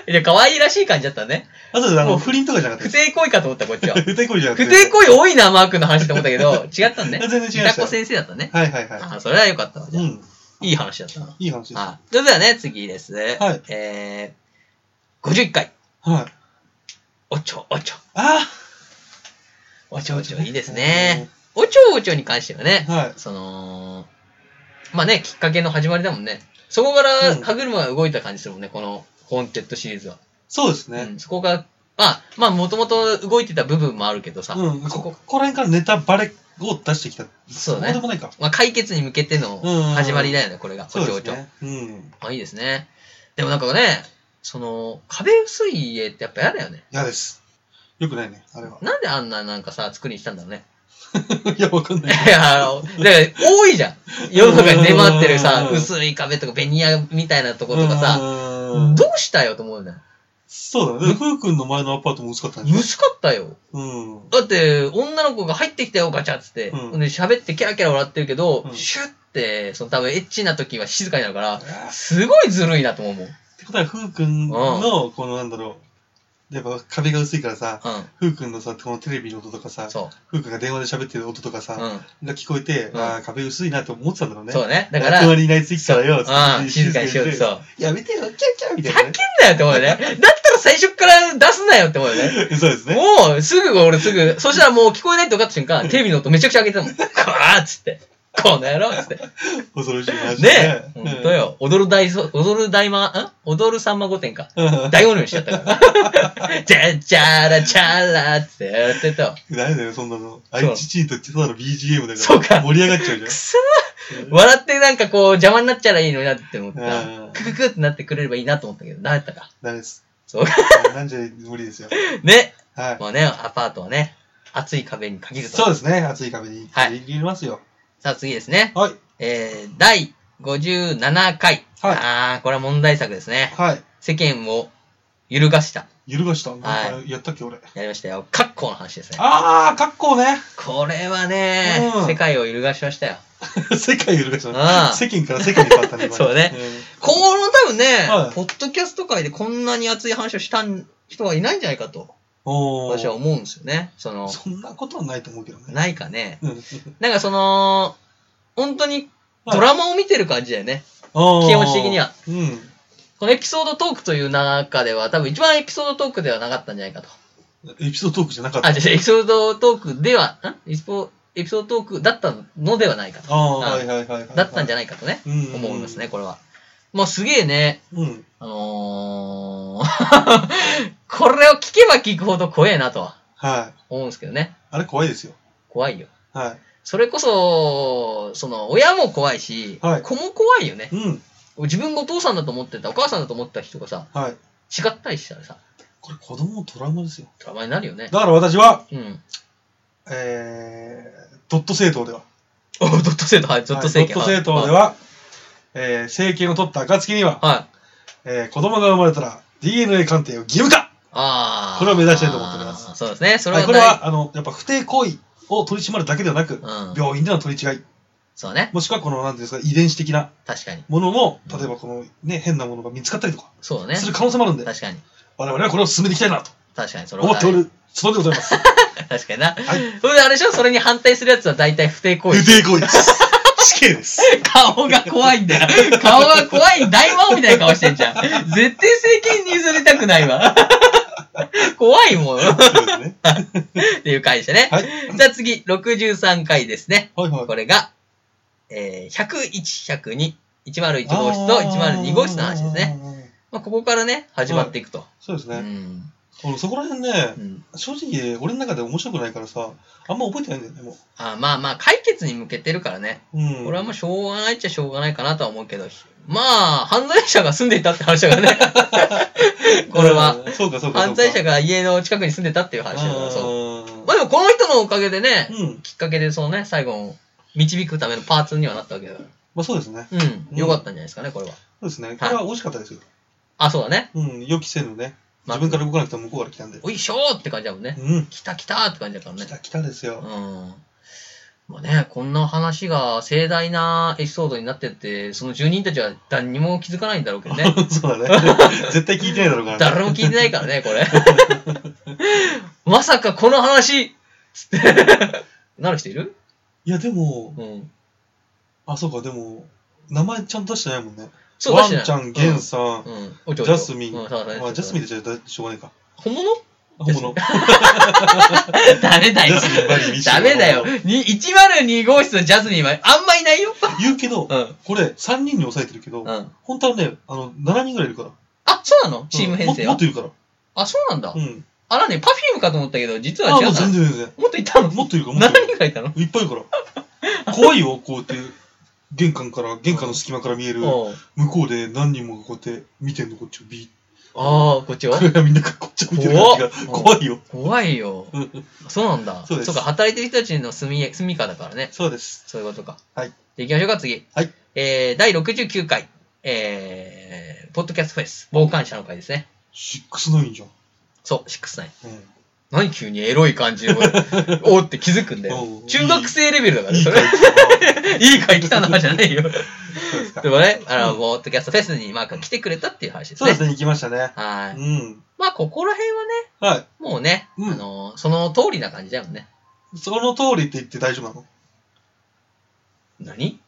Speaker 2: いや、可愛いらしい感じだったね。
Speaker 3: あとで、あ
Speaker 2: も
Speaker 3: の、
Speaker 2: う
Speaker 3: 不倫とかじゃなかった
Speaker 2: 不
Speaker 3: です。
Speaker 2: 正行為かと思った、こっ ちは。
Speaker 3: 不正行為じゃな
Speaker 2: 不
Speaker 3: かったです。
Speaker 2: 正行為多いな、マー君の話と思ったけど、違ったんね。
Speaker 3: 全然違いました
Speaker 2: イタコ先生だったね。
Speaker 3: はいはいは
Speaker 2: ああ、それはよかったわ。
Speaker 3: い。
Speaker 2: じゃ
Speaker 3: う
Speaker 2: あ
Speaker 3: ん。
Speaker 2: いい話だったな。
Speaker 3: いい話です。は
Speaker 2: はい。それではね、次です。
Speaker 3: はい
Speaker 2: えー、51回。
Speaker 3: い。
Speaker 2: おちょ、おちょ。
Speaker 3: あ
Speaker 2: おちょおちょ、いいですね。おちょおちょに関してはね、
Speaker 3: はい
Speaker 2: その、まあね、きっかけの始まりだもんね。そこから歯車が動いた感じするもんね、このホーンテッドシリーズは。
Speaker 3: そうです
Speaker 2: う
Speaker 3: ね。
Speaker 2: ん、そこが、まあ、まあ、もともと動いてた部分もあるけどさ、
Speaker 3: うん。
Speaker 2: そ
Speaker 3: こ
Speaker 2: こ
Speaker 3: こ、こら辺からネタバレを出してきた。
Speaker 2: そう
Speaker 3: そう
Speaker 2: ね
Speaker 3: で。もないか。
Speaker 2: まあ、解決に向けての始まりだよね、これが。
Speaker 3: そう
Speaker 2: お
Speaker 3: で
Speaker 2: ちょお
Speaker 3: す
Speaker 2: ちょ
Speaker 3: ね。うん。
Speaker 2: あ、いいですね。でもなんかね、その、壁薄い家ってやっぱ嫌だよね。
Speaker 3: 嫌です。よくないね、あ れは。
Speaker 2: なんであんななんかさ、作りにしたんだろうね。
Speaker 3: いや、わかんない。
Speaker 2: い や、あのだから多いじゃん。世の中に出回ってるさ、
Speaker 3: うん
Speaker 2: 薄い壁とかベニヤみたいなとことかさ、
Speaker 3: う
Speaker 2: ど
Speaker 3: ん
Speaker 2: うしたよと思うんだよ。
Speaker 3: そうだね。ふうくんの前のアパートも薄かったんでしょ
Speaker 2: 薄かったよ。
Speaker 3: うん。
Speaker 2: だって、女の子が入ってきたよ、ガチャっつって。
Speaker 3: うん
Speaker 2: で、喋ってキャラキャラ笑ってるけど、
Speaker 3: うん
Speaker 2: シュッて、その多分エッチな時は静かになるから、
Speaker 3: っ
Speaker 2: すごいずるいなと思うもん。うん。
Speaker 3: てことは、ふうくんの、このなんだろう。やっぱ壁が薄いからさ、ふうくんのさ、このテレビの音とかさ、
Speaker 2: そ
Speaker 3: ふうくんが電話で喋ってる音とか
Speaker 2: う。う
Speaker 3: さ、
Speaker 2: ん。
Speaker 3: が聞こえて、
Speaker 2: うん
Speaker 3: ああ、壁薄いなって思ってたんだろうね。
Speaker 2: そうね。だから、
Speaker 3: 隣にいついてたらよ、
Speaker 2: うん、静かにしようって
Speaker 3: さ。
Speaker 2: さ。
Speaker 3: やめてよ、キャーキャーみた
Speaker 2: 叫
Speaker 3: い
Speaker 2: んだよって思うよね。だったら最初から出すなよって思うよね。
Speaker 3: なね。そうですね。
Speaker 2: もう、すぐ俺すぐ、そしたらもう聞こえないって分かった瞬間、テレビの音めちゃくちゃ上げてたもん。こーっつって。この野郎っつって。
Speaker 3: 恐ろしい話
Speaker 2: ねえ。
Speaker 3: う
Speaker 2: ほ
Speaker 3: ん
Speaker 2: んとよ。踊る大そ、踊る大魔、ん踊るさんま御殿か。
Speaker 3: うん
Speaker 2: 大音量にしちゃったから。じゃじゃらちゃらってやってたわ。
Speaker 3: ダメだよ、そんなの。あ
Speaker 2: そう
Speaker 3: いちちにとってただの BGM だから。
Speaker 2: そうか
Speaker 3: 盛り上がっちゃうじ
Speaker 2: くそー笑ってなんかこう邪魔になっちゃらいいのになって思って
Speaker 3: ゃん。
Speaker 2: た。
Speaker 3: うん。
Speaker 2: クククってなってくれればいいなと思ったけど、なったか。
Speaker 3: ダメです。
Speaker 2: そう
Speaker 3: うんなんじゃ無理ですよ。
Speaker 2: ね。
Speaker 3: はい。
Speaker 2: まあね、アパートはね、熱い壁に限る
Speaker 3: そう
Speaker 2: と。
Speaker 3: ですね、熱い壁に
Speaker 2: はい
Speaker 3: 入れますよ。
Speaker 2: さあ次ですね。
Speaker 3: はい。
Speaker 2: えー、第57回。
Speaker 3: はい
Speaker 2: ああ、これは問題作ですね。
Speaker 3: はい。
Speaker 2: 世間を揺るがした。
Speaker 3: 揺るがした。なん
Speaker 2: は
Speaker 3: かやったっけ、俺。
Speaker 2: やりましたよ。格好の話ですね。
Speaker 3: あー、格好ね。
Speaker 2: これはね、
Speaker 3: うん
Speaker 2: 世界を揺るがしましたよ。
Speaker 3: 世界揺るがし
Speaker 2: あ
Speaker 3: た。
Speaker 2: ー
Speaker 3: 世間から世界に変わったね。今
Speaker 2: そうね
Speaker 3: ん
Speaker 2: この多分ね、
Speaker 3: はい
Speaker 2: ポッドキャスト界でこんなに熱い話をしたん人はいないんじゃないかと、
Speaker 3: おー
Speaker 2: 私は思うんですよね。その、
Speaker 3: そんなことはないと思うけどね。
Speaker 2: ないかね。
Speaker 3: うん
Speaker 2: なんかその、本当にドラマを見てる感じだよね。
Speaker 3: 気
Speaker 2: 気持ち的には。
Speaker 3: うん。
Speaker 2: このエピソードトークという中では、多分一番エピソードトークではなかったんじゃないかと。
Speaker 3: エピソードトークじゃなかった。
Speaker 2: あ、じゃあエピソードトークでは、んエピソエピソードトークだったのではないかと。
Speaker 3: あー
Speaker 2: あ
Speaker 3: はいはいはいはい。
Speaker 2: だったんじゃ
Speaker 3: ゃ
Speaker 2: ないかとね、
Speaker 3: うん
Speaker 2: 思いますね、これは。もうすげえね、
Speaker 3: うん。
Speaker 2: あのー、 これを聞けば聞くほど怖えなとは
Speaker 3: はい。
Speaker 2: 思うんですけどね。
Speaker 3: あれ怖いですよ。
Speaker 2: 怖いよ。
Speaker 3: は
Speaker 2: それこそ、その、親も怖いし、
Speaker 3: はい
Speaker 2: 子も怖いよね
Speaker 3: い。。うん。
Speaker 2: 自分がお父さんだと思ってた、お母さんだと思ってた人がさ、
Speaker 3: はい。
Speaker 2: 違ったりしたらさ、
Speaker 3: これ子供のトラウマですよ。
Speaker 2: トラウマになるよね。
Speaker 3: だから私は、
Speaker 2: うん。
Speaker 3: えー、ドット政党では、
Speaker 2: おドット制度、はい、ドット政権。
Speaker 3: はいドット政党では、えー政権を取った暁に
Speaker 2: は
Speaker 3: は、
Speaker 2: い。はい。
Speaker 3: えー、子供が生まれたら DNA 鑑定を義務化
Speaker 2: ああ。
Speaker 3: これを目指したいと思っております
Speaker 2: あーそうですね。そ
Speaker 3: こ
Speaker 2: れ
Speaker 3: れ
Speaker 2: は
Speaker 3: は,、
Speaker 2: 大、
Speaker 3: あの、やっぱ不定行為を取り締まるだけではなく、
Speaker 2: うん。
Speaker 3: 病院での取り違い、
Speaker 2: そうね。
Speaker 3: もしくはこの、なんていうんですか、遺伝子的な
Speaker 2: 確かに。
Speaker 3: ものも、例えばこの、ね、変なものが見つかったりとか、
Speaker 2: そうだね。
Speaker 3: する可能性もあるんで、
Speaker 2: 確かに。
Speaker 3: 我々はこれを進めていきたいなと
Speaker 2: 確かに、それは
Speaker 3: 思
Speaker 2: 大
Speaker 3: っておる、そうでございます。
Speaker 2: 確かにな。
Speaker 3: はい。
Speaker 2: それであれでしょそれに反対するやつは大体不定行為
Speaker 3: 不。定行為です。死刑 です。
Speaker 2: 顔が怖いんだよ。顔が怖い大魔王みたいな顔してんじゃん。絶対政権に譲りたくないわ。怖いもん。っ
Speaker 3: そうですね。
Speaker 2: ていう回でしたね。
Speaker 3: はい。
Speaker 2: じゃあ次、63回ですね。
Speaker 3: はいはい。
Speaker 2: これが、えー、101、102、101号室と102号室の話ですね。
Speaker 3: ね。
Speaker 2: まあ、ここからね、始まっていくと。
Speaker 3: そうです
Speaker 2: う
Speaker 3: ね。
Speaker 2: ん。
Speaker 3: 俺そこら辺ね
Speaker 2: う、ん。
Speaker 3: 正直、俺の中で面白くないからさ、あんま覚えてないんだよね、も
Speaker 2: あまあまあ、解決に向けてるからね。
Speaker 3: う。うん。
Speaker 2: これはもうしょうがないっちゃしょうがないかなとは思うけど、まあ、犯罪者が住んでいたって話だからね。 これは。
Speaker 3: うん。そうか、そうか。
Speaker 2: 犯罪者
Speaker 3: が
Speaker 2: が家の近くに住んでたっていう話だから、そう。
Speaker 3: う
Speaker 2: まあでもこの人のおかげでね、
Speaker 3: ん。うん。
Speaker 2: きっかけでそのね、最後を導くためのパーツにはなったわけだか
Speaker 3: まあそうですね。
Speaker 2: ら。うん。よかったんじゃないですかね、これは。
Speaker 3: そうですね。これは美味しかったですよ。
Speaker 2: あ、そうだね。
Speaker 3: うん。予期せぬね。
Speaker 2: まあ
Speaker 3: 自分から動かなくても向こうから来たんで。
Speaker 2: おいしょーって感じだもんね。
Speaker 3: うん。
Speaker 2: 来た来たーって感じだからね
Speaker 3: 来。た来たです
Speaker 2: うん
Speaker 3: よ。。
Speaker 2: まあね、こんな話が盛大なエピソードになってって、その住人たちは誰にも気づかないんだろうけど ね。
Speaker 3: そ うだね。絶対聞いてないだろうからね。
Speaker 2: 誰も聞いてないからね、これ。 まさかこの話つって。 なる人いる
Speaker 3: いや、でも、
Speaker 2: うん。
Speaker 3: あ、そうか、でも、名前ちゃんと出してないもんね。
Speaker 2: そう、
Speaker 3: ワン
Speaker 2: 出して
Speaker 3: ちゃ
Speaker 2: ない
Speaker 3: ん、ゲンさん、
Speaker 2: うん。うんおちょおち
Speaker 3: ジ
Speaker 2: ょ
Speaker 3: ャスミン。
Speaker 2: う
Speaker 3: ま
Speaker 2: んそうだね
Speaker 3: あ、ジャスミンでじゃあしょうがないか。
Speaker 2: 本物
Speaker 3: 本物。
Speaker 2: ダメだよ
Speaker 3: ジャスミンバリ。ミシェ
Speaker 2: ダ
Speaker 3: ル
Speaker 2: メだよ。に102号室のジャスミンはあんまいないよ。
Speaker 3: 言うけど、
Speaker 2: うん。
Speaker 3: これ、3人に抑えてるけど、
Speaker 2: うん。
Speaker 3: 本当はね、あの、7人ぐらいいるから。
Speaker 2: あ、そうなのチーム編成
Speaker 3: うんも
Speaker 2: は
Speaker 3: っと。もっといる
Speaker 2: あ、そうなんだ
Speaker 3: から。。うん。
Speaker 2: あらね、パフィームかと思ったけど、実は
Speaker 3: あ、
Speaker 2: 違
Speaker 3: も
Speaker 2: う
Speaker 3: う全
Speaker 2: な。
Speaker 3: 然全然。
Speaker 2: もっといたの
Speaker 3: もっといるから、もっ
Speaker 2: 何
Speaker 3: といる。
Speaker 2: 人くらいいたの
Speaker 3: いっぱいいる から。怖いよ、こうやって、玄関から、玄関の隙間から見える、
Speaker 2: おう
Speaker 3: 向こうで何人もがこうやって見てんの、こっちをビ
Speaker 2: ああ、こっち
Speaker 3: ー
Speaker 2: は
Speaker 3: ッ。みんなこっちを見てる感じが
Speaker 2: 怖っ
Speaker 3: 怖いよ。
Speaker 2: 怖いよ。そうなんだ。
Speaker 3: そうです
Speaker 2: か、働いてる人たちの住み、住みかだからね。
Speaker 3: そうです。
Speaker 2: そういうことか。
Speaker 3: はい。
Speaker 2: で、行きましょうか、次。
Speaker 3: はい。
Speaker 2: えー、第69回、えー、ポッドキャストフェス、傍観者の会ですね。
Speaker 3: 69じゃん。
Speaker 2: そう、6イン
Speaker 3: うん。
Speaker 2: 何急にエロい感じを、お ーって気づくんだよ
Speaker 3: お。う
Speaker 2: 中学生レベルだからね、
Speaker 3: いい
Speaker 2: そ
Speaker 3: か
Speaker 2: れ
Speaker 3: ら。。
Speaker 2: い い回来たな、じゃねえ よ。
Speaker 3: そうですか
Speaker 2: でもね、あの、
Speaker 3: うん
Speaker 2: ポッドキャストフェスにマークが来てくれたっていう話です
Speaker 3: そう
Speaker 2: ね。
Speaker 3: ですね、行きましたね。
Speaker 2: は
Speaker 3: う
Speaker 2: い。
Speaker 3: ん。
Speaker 2: まあ、ここら辺はね、
Speaker 3: は
Speaker 2: もうね、
Speaker 3: うん
Speaker 2: あの、その通りな感じだよね。
Speaker 3: い。その通りって言って大丈夫なの
Speaker 2: 何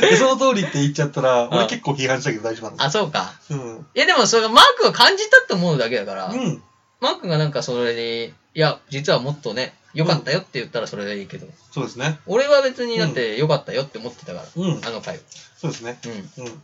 Speaker 3: でその通りって言っちゃったら、
Speaker 2: うん
Speaker 3: 俺結構批判したけど大丈夫な
Speaker 2: あ、そうか。
Speaker 3: の
Speaker 2: いや、でもそれがマークが感じたって思うだけだから、
Speaker 3: うん。うん。
Speaker 2: マークがなんかそれに、いや、実はもっとね、良かったよって言ったらそれでいいけど、
Speaker 3: そうですね。
Speaker 2: 俺は別にだって良かったよって思ってたから、
Speaker 3: うん。
Speaker 2: あの回。
Speaker 3: そうですね。
Speaker 2: うん。
Speaker 3: うん。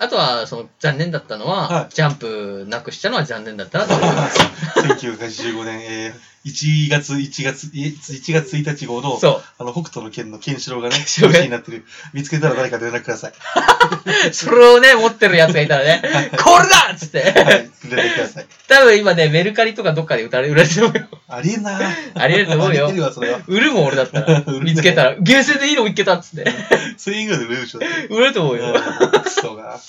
Speaker 2: あとは、その、残念だったのは、
Speaker 3: はい
Speaker 2: ジャンプなくしたのは残念だったな と思います。
Speaker 3: 1985年、えー、1月、1月、1月1日号の、
Speaker 2: そ
Speaker 3: あの、北斗の剣のケンシロウがね、
Speaker 2: ケンシロウが
Speaker 3: 表紙になってる。見つけたら誰か連絡くだ さい。
Speaker 2: う。それをね、持ってるやつがいたらね、これだっつっ
Speaker 3: は
Speaker 2: て。
Speaker 3: い、連絡ください。
Speaker 2: 多分今ね、メルカリとかどっかで売られ売られてると思うよ。
Speaker 3: ありえんな
Speaker 2: ありえると思うよ
Speaker 3: ありえるわ、それは。
Speaker 2: 売るもん俺だったら。
Speaker 3: 売るね
Speaker 2: 見つけたら、厳選でいいの見つけたっつ って。
Speaker 3: 1000円ぐらいで売れるでしょ。だって
Speaker 2: 売れると思うよ。
Speaker 3: うんクソが。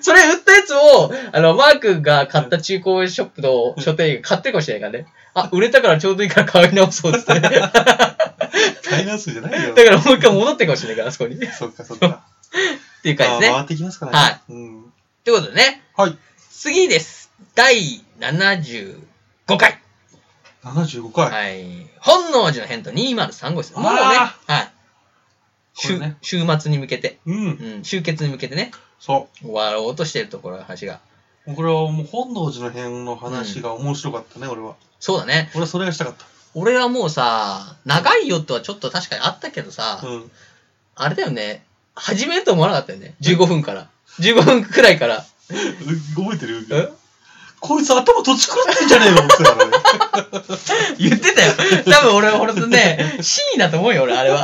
Speaker 2: それ売ったやつを、あの、マー君が買った中古ショップの書店員が買ってるかもしれないからね。あ、売れたからちょうどいいから買い直そうっつっ て。だか
Speaker 3: 買い直すんじゃないよ。
Speaker 2: らもう一回戻ってるかもしれないから、あそこに。っ
Speaker 3: そっかそっか。
Speaker 2: ていう感じ
Speaker 3: あー
Speaker 2: ね。
Speaker 3: 回ってきますからね。
Speaker 2: はい
Speaker 3: うん。
Speaker 2: ということでね、
Speaker 3: はい。
Speaker 2: 次です。第75回。
Speaker 3: 75回。
Speaker 2: はい。本能寺の変と203号室。もうね、は
Speaker 3: あ
Speaker 2: い。
Speaker 3: これね
Speaker 2: 週週末に向けて、
Speaker 3: うん。
Speaker 2: うん、終結に向けてね、
Speaker 3: そ
Speaker 2: 終わろうとしてるところ、話が。
Speaker 3: う。これはもう本能寺の変の話が面白かったね、俺は。
Speaker 2: そうだね。
Speaker 3: 俺はそれがしたかっ
Speaker 2: 俺はもうさ、長いよとはちょっと確かにあったけどさ、
Speaker 3: た。 うん。
Speaker 2: あれだよね。始めると思わなかったよね。15分から。15分くらいから。
Speaker 3: 覚えてる
Speaker 2: え
Speaker 3: こいつ頭とち狂ってんじゃねえのって言って たからね
Speaker 2: 言ってたよ。多分俺、俺とね、真意だと思うよ、俺、あれは。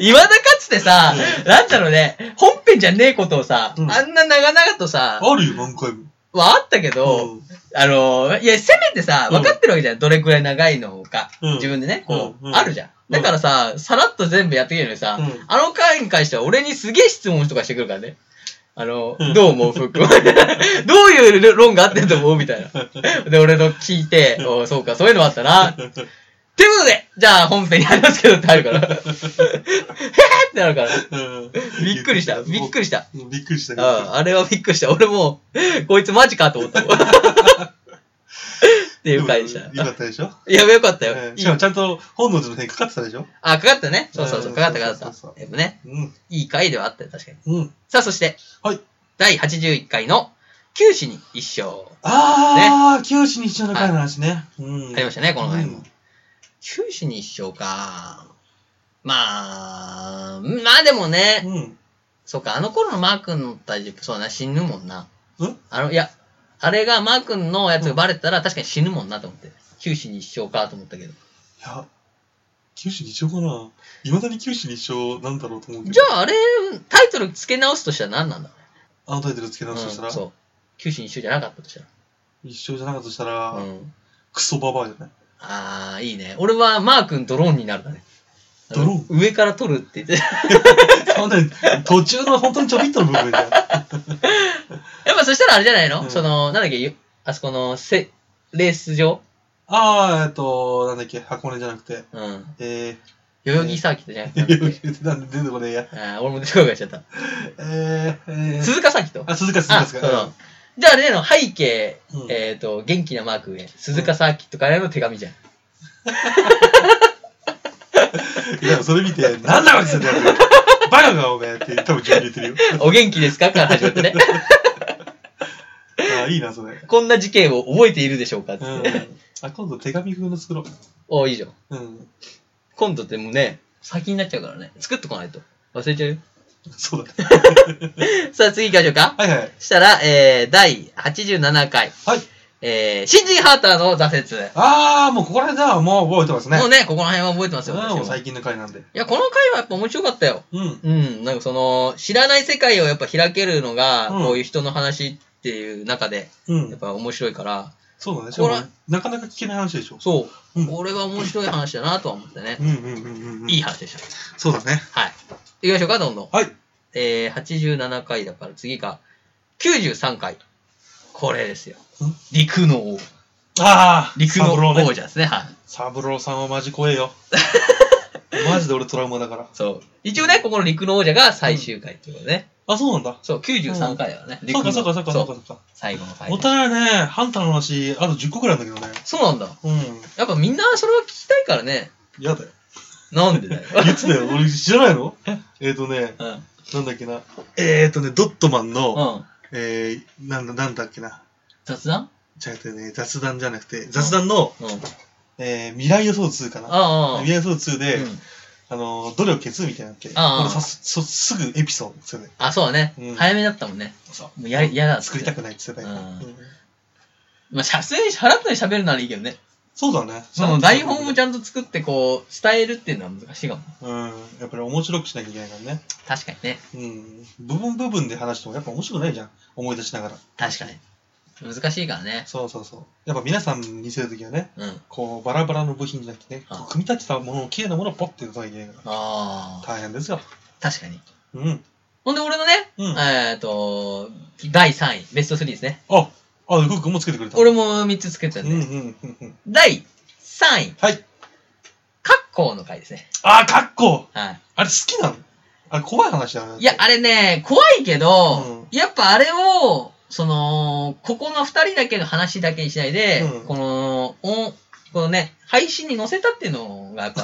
Speaker 2: いまだかつてさ、なんだろうね、本編じゃねえことをさ、
Speaker 3: うん
Speaker 2: あんな長々とさ、
Speaker 3: あるよ、何回も。
Speaker 2: はあったけど、あの、いや、せめてさ、分かってるわけじゃん。どれくらい長いのか。
Speaker 3: うん
Speaker 2: 自分でね、こう、
Speaker 3: うんうん
Speaker 2: あるじゃん。だからさ、さらっと全部やってくれるのにさ、
Speaker 3: うん
Speaker 2: あの回に関しては俺にすげえ質問とかしてくるからね。あの、
Speaker 3: うん
Speaker 2: どう思う、ふっくん どういう論があってんと思うみたいな。で、俺の聞いて、おそうか、そういうのもあったな。ってことで、じゃあ本編に入りますけどってある から。へへってなるから。びっくりした。びっくりした。
Speaker 3: り。びっくりした
Speaker 2: うん、あれはびっくりした。俺も う、こいつマジかと思った もん。っていう回でした。
Speaker 3: よかったでしょ
Speaker 2: いや、よかったよ。
Speaker 3: えー
Speaker 2: いい
Speaker 3: しかもちゃんと本能寺の変かかってたでしょ
Speaker 2: あ、かかったね。そうそうそうう、
Speaker 3: ん
Speaker 2: かかったか
Speaker 3: そ
Speaker 2: か
Speaker 3: う
Speaker 2: っ
Speaker 3: そうそう
Speaker 2: た。でもね、
Speaker 3: うん。
Speaker 2: いい回ではあったよ、確かに。
Speaker 3: うん。
Speaker 2: さあ、そして、
Speaker 3: はい。
Speaker 2: 第81回の、九死に一生。
Speaker 3: ああ、九死に一生の会の話ね。うん。
Speaker 2: ありましたね、この回
Speaker 3: う
Speaker 2: も
Speaker 3: ん。
Speaker 2: 九死に一生か。まあ、まあでもね、
Speaker 3: うん。
Speaker 2: そうか、あの頃のマー君の体重、そうだな、死ぬもんな。
Speaker 3: うん
Speaker 2: あの、いや、あれがマー君のやつがバレたら確かに死ぬもんなと思って。九死に一生かと思ったけど。
Speaker 3: いや、九死に一生かな。いまだに九死に一生なんだろうと思うけど。
Speaker 2: じゃああれ、タイトル付け直すとしたら何なんだ
Speaker 3: あのタイトル付け直すとした
Speaker 2: うん
Speaker 3: ら、
Speaker 2: そう。九死に一生じゃなかったとしたら。
Speaker 3: 一生じゃなかったとしたら
Speaker 2: う、ん。
Speaker 3: クソババアじゃない
Speaker 2: ああ、いいね。俺はマー君ドローンになるだね。
Speaker 3: ドロ
Speaker 2: ーン上から撮るって言 って。
Speaker 3: そんな途中の本当にちょびっとの部分じゃん。
Speaker 2: やっぱそしたらあれじゃないの、
Speaker 3: うん
Speaker 2: その、なんだっけ、ゆあそこのせ、レース場
Speaker 3: ああ、えっと、なんだっけ、箱根じゃなくて、
Speaker 2: うん。
Speaker 3: え
Speaker 2: 代々木サーキットじゃなくて
Speaker 3: ー、
Speaker 2: なん だっけ。
Speaker 3: なんで出てこねえや。
Speaker 2: あー俺も出てこなくなっちゃった。
Speaker 3: えー、えー、
Speaker 2: 鈴鹿サーキット。
Speaker 3: あ、鈴鹿、鈴
Speaker 2: あ
Speaker 3: 鹿、
Speaker 2: そ
Speaker 3: 鈴
Speaker 2: う
Speaker 3: 鹿。
Speaker 2: そうじゃああれの背景、
Speaker 3: うん
Speaker 2: えっ、と、元気なマークへ、鈴鹿サーキットからの手紙じゃん。
Speaker 3: いや、それ見て、なんだこいつってやるバカがおめえって、多分自分で言ってるよ。
Speaker 2: お元気ですかから始まって ね。
Speaker 3: あーいいな、それ。
Speaker 2: こんな事件を覚えているでしょうかっ
Speaker 3: う
Speaker 2: つっ
Speaker 3: ん
Speaker 2: て。。
Speaker 3: あ、今度手紙風の作ろ
Speaker 2: おいいじゃん。
Speaker 3: う。うん。
Speaker 2: 今度ってもうね、先になっちゃうからね。作っとかないと。忘れちゃうよ。
Speaker 3: そうだ ね。
Speaker 2: さあ、次行きましょうか。
Speaker 3: はいはい。
Speaker 2: そしたら、えー、第87回、
Speaker 3: はい。
Speaker 2: えー、新人ハーターの挫折。
Speaker 3: あー、もうここら辺だ。もう覚えてますね。
Speaker 2: もうね、ここら辺は覚えてますよ。
Speaker 3: うん、もう
Speaker 2: 私もい
Speaker 3: 最近の回なんで。
Speaker 2: や、この回はやっぱ面白かったよ。
Speaker 3: うん。
Speaker 2: うん、なんかその、知らない世界をやっぱ開けるのが、
Speaker 3: うん
Speaker 2: こういう人の話っていう中で、
Speaker 3: う
Speaker 2: やっ
Speaker 3: ん。
Speaker 2: ぱ面白いから、
Speaker 3: そうだね。し
Speaker 2: こ
Speaker 3: か
Speaker 2: こ
Speaker 3: も
Speaker 2: ら、
Speaker 3: なかなか聞けない話でしょ。
Speaker 2: そう、
Speaker 3: うん
Speaker 2: これは面白い話だなとは思ってね
Speaker 3: う、んうんうんうんうん。
Speaker 2: いい。話でした。
Speaker 3: そうだね。
Speaker 2: はい。行きましょうか、どんどん。
Speaker 3: はい。
Speaker 2: えー、87回だから次が、93回。これですよ
Speaker 3: ん。
Speaker 2: 陸の王。
Speaker 3: ああ
Speaker 2: 陸
Speaker 3: サ
Speaker 2: の
Speaker 3: ブロ
Speaker 2: 王
Speaker 3: ーね。
Speaker 2: 者ですね。はい。
Speaker 3: サブローさんはマジ怖えよ。 マジで俺トラウマだから。
Speaker 2: そう。一応ね、ここの陸の王者が最終回っていうことね。
Speaker 3: あ、そうなんだ。
Speaker 2: そう、93回だよね。陸
Speaker 3: そう
Speaker 2: の
Speaker 3: かそうかそうかそうか
Speaker 2: う
Speaker 3: そうか。
Speaker 2: 最後の回
Speaker 3: お。互いね、ハンターの話、あと10個ぐらいなんだけどね。
Speaker 2: そうなんだ。
Speaker 3: うん。
Speaker 2: やっぱみんなそれは聞きたいからね。
Speaker 3: やだよ。
Speaker 2: なんでだ よ。
Speaker 3: いつだよ。俺知らないのえっとね、
Speaker 2: うん。
Speaker 3: なんだっけな。えっとね、ドットマン
Speaker 2: う
Speaker 3: の、
Speaker 2: ん。
Speaker 3: えー、なんだ、なんだっけな。
Speaker 2: 雑談
Speaker 3: じゃなくてね、雑談じゃなくて、雑談の、
Speaker 2: うん。
Speaker 3: えー、未来予想2かな。
Speaker 2: ああ。
Speaker 3: 未来予想2で、
Speaker 2: うん
Speaker 3: あのー、努力決みたいなのあって、
Speaker 2: ああ
Speaker 3: 俺さそすぐエピソードですよね。
Speaker 2: あ、そうだね
Speaker 3: うん。
Speaker 2: 早めだったもんね。
Speaker 3: そう
Speaker 2: もうや、嫌だっつって。
Speaker 3: 作りたくないって言ってたよ、
Speaker 2: うん
Speaker 3: うん
Speaker 2: まあ、さすがに払ったり喋るならいいけどね。
Speaker 3: そうだね。
Speaker 2: その台本をちゃんと作ってこう、伝えるっていうのは難しいかも。
Speaker 3: うん。やっぱり面白くしなきゃいけないからね。
Speaker 2: 確かにね。
Speaker 3: うん。部分部分で話してもやっぱ面白くないじゃん。思い出しながら。
Speaker 2: 確かに。難しいからね。
Speaker 3: そうそうそう。やっぱ皆さん見せるときはね、
Speaker 2: うん。あ
Speaker 3: こう、バラバラの部品じゃなくてね、
Speaker 2: あ
Speaker 3: こう組み立てたものを、綺麗なものをポッて出さなきゃいけないから。
Speaker 2: あ。
Speaker 3: 大変ですよ。
Speaker 2: 確かに。
Speaker 3: うん。
Speaker 2: ほんで俺のね、
Speaker 3: うん
Speaker 2: えっと、第3位、ベスト3ですね。
Speaker 3: あ、あ、グーくんもつけてくれた。
Speaker 2: 俺
Speaker 3: も。
Speaker 2: も3つつけてた
Speaker 3: うんん
Speaker 2: で。
Speaker 3: うんうんうん。
Speaker 2: 第3位、
Speaker 3: はい。
Speaker 2: 格好の回ですね。
Speaker 3: あー、かっこ
Speaker 2: はい。
Speaker 3: あれ好きなのあれ怖い話だね。
Speaker 2: いや、、あれね、怖いけど、
Speaker 3: う
Speaker 2: やっぱあれを、その、ここの二人だけの話だけにしないで、
Speaker 3: うん
Speaker 2: この、おんこのね、配信に載せたっていうのが、やっ ぱ、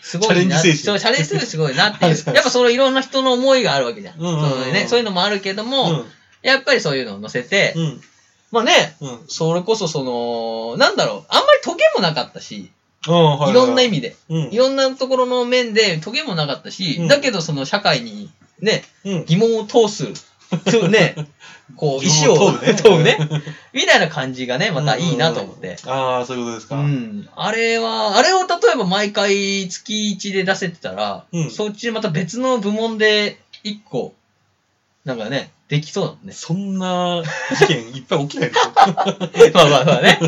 Speaker 2: すごいな。
Speaker 3: チャレンジ精神
Speaker 2: そう、チャレンジ精神すごいなってい
Speaker 3: はいは
Speaker 2: う。
Speaker 3: い
Speaker 2: やっぱそのいろんな人の思いがあるわけじゃん。
Speaker 3: うんうんうんうん
Speaker 2: そうね、そういうのもあるけど
Speaker 3: う
Speaker 2: も、
Speaker 3: ん。
Speaker 2: やっぱりそういうのを載せて、
Speaker 3: うん。
Speaker 2: まあね、
Speaker 3: うん。
Speaker 2: それこそその、なんだろう、あんまりトゲもなかったし、
Speaker 3: うんはい
Speaker 2: ろんな意味で。
Speaker 3: うん。
Speaker 2: いろんなところの面でトゲもなかったし、
Speaker 3: うん
Speaker 2: だけどその社会にね、
Speaker 3: うん。
Speaker 2: 疑問を通す、そうね、 こう、石を
Speaker 3: 問を
Speaker 2: 通
Speaker 3: 通るね
Speaker 2: るね、みたいな感じがね、またいいなと思っ
Speaker 3: うん
Speaker 2: て。
Speaker 3: うんうん。ああ、そういうことです
Speaker 2: う
Speaker 3: か。
Speaker 2: ん。あれは、あれを例えば毎回月1で出せてたら、
Speaker 3: うん
Speaker 2: そっちまた別の部門で1個、なんかね、できそうだもんね。
Speaker 3: そんな事件いっぱい起きないでしょ。
Speaker 2: まあまあまあね。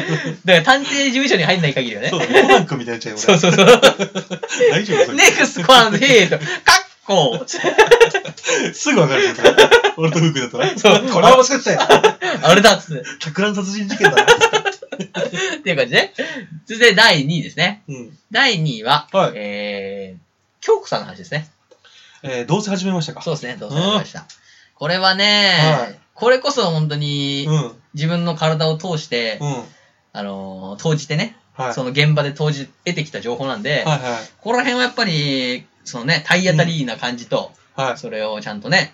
Speaker 2: だから探偵事務所に入んない限りはね
Speaker 3: そ。うだね、コナン君みたいになっちゃうよ、
Speaker 2: そうそうそう。
Speaker 3: 俺。大丈夫それ
Speaker 2: ネクスコアンデート、カッコ
Speaker 3: すぐわかるよ、それ俺とフックだとね。
Speaker 2: そう
Speaker 3: これはもしかし て、
Speaker 2: あれだっつっ
Speaker 3: 客乱殺人事件だな。
Speaker 2: て。っていう感じね。続いて第2位ですね。
Speaker 3: うん。
Speaker 2: 第2位は、
Speaker 3: はい
Speaker 2: えー、京子さんの話ですね。
Speaker 3: えー、どうせ始めましたか。
Speaker 2: そうですね、どうされました。これはね、
Speaker 3: はい
Speaker 2: これこそ本当に
Speaker 3: うん。うん。
Speaker 2: 自分の体を通して、
Speaker 3: は
Speaker 2: あのー投じてね、
Speaker 3: い。
Speaker 2: その現場で投じ、得てきた情報なんで、
Speaker 3: はいはい。
Speaker 2: ここら辺はやっぱり、そのね、体当たりな感じと、
Speaker 3: はい。
Speaker 2: それをちゃんとね、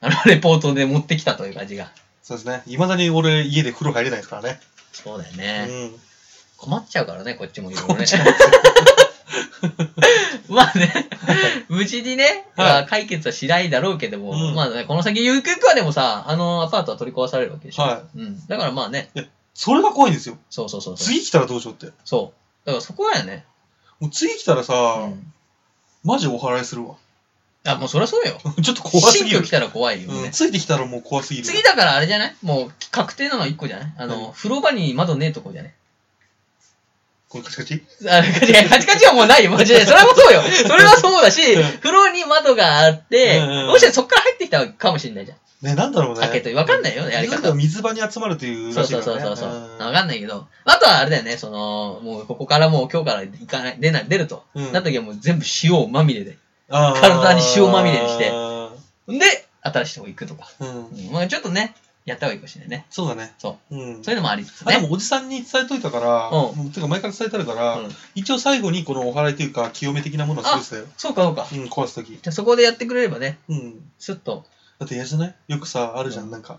Speaker 2: あの、レポートで持ってきたという感じが。
Speaker 3: そうですね。いまだに俺、家で風呂入れないですからね。
Speaker 2: そうだよ
Speaker 3: う
Speaker 2: ね。
Speaker 3: ん。
Speaker 2: 困っちゃうからね、こっちもいろいろ
Speaker 3: こ
Speaker 2: ね
Speaker 3: っ。ちなんですよ
Speaker 2: まあね、無事にね、
Speaker 3: はい
Speaker 2: まあ解決はしないだろうけども、
Speaker 3: うん
Speaker 2: まあね、この先ゆくゆくはでもさ、あのアパートは取り壊されるわけでしょ。
Speaker 3: は
Speaker 2: うん。だからまあね、
Speaker 3: それが怖いんですよ。
Speaker 2: そうそうそうそう。
Speaker 3: 次来たらどうしようって。
Speaker 2: そう。だからそこはやね。
Speaker 3: もう次来たらさ、
Speaker 2: うん
Speaker 3: マジお祓いするわ。
Speaker 2: あ、もうそりゃそうよ。
Speaker 3: ちょっと怖すぎ
Speaker 2: 新居
Speaker 3: る
Speaker 2: 来。たら怖いよ
Speaker 3: うん、
Speaker 2: ね。
Speaker 3: ついてきたらもう怖すぎる。
Speaker 2: 次だからあれじゃないもう確定なのは1個じゃないあの、
Speaker 3: うん
Speaker 2: 風呂場に窓ねえとこじゃね
Speaker 3: これカチカチ
Speaker 2: あカチカチカチカチはもうないよ、マジで。それはそうよ。それはそうだし、
Speaker 3: うん
Speaker 2: 風呂に窓があって、
Speaker 3: うんうんうん
Speaker 2: もしかしたらそっから入ってきたかもしれないじゃん。
Speaker 3: ね、なんだろうね。
Speaker 2: 開けとわかんないよねやり方
Speaker 3: なんか水場に集まるという
Speaker 2: そ
Speaker 3: ら
Speaker 2: う
Speaker 3: しい
Speaker 2: そ
Speaker 3: か
Speaker 2: う
Speaker 3: ら、ね。
Speaker 2: そうそうそう。
Speaker 3: ん
Speaker 2: わかんないけど。あとはあれだよね、その、もうここからもう今日から行かない、出ない、出ると。
Speaker 3: うん
Speaker 2: なった時はもう全部塩まみれで。
Speaker 3: あー
Speaker 2: 体に塩まみれにして
Speaker 3: う
Speaker 2: で、新しいとこ行くとか。
Speaker 3: ん。
Speaker 2: うんまあちょっとね、やった方がいいかもしれないね。
Speaker 3: そうだね。。
Speaker 2: そう
Speaker 3: うん
Speaker 2: そ。ういうのもありつつ
Speaker 3: あで
Speaker 2: ね。
Speaker 3: もおじさんに伝えといたから、
Speaker 2: う
Speaker 3: うん、てか前から伝えてあるから、
Speaker 2: うん
Speaker 3: 一応最後にこのお祓いというか、清め的なものをするんだよ。
Speaker 2: そうかそうか。
Speaker 3: うん、壊すとき。
Speaker 2: じゃあそこでやってくれればね、
Speaker 3: うん。
Speaker 2: スッと。
Speaker 3: だって嫌じゃないよくさ、あるじゃん、
Speaker 2: うん
Speaker 3: なんか、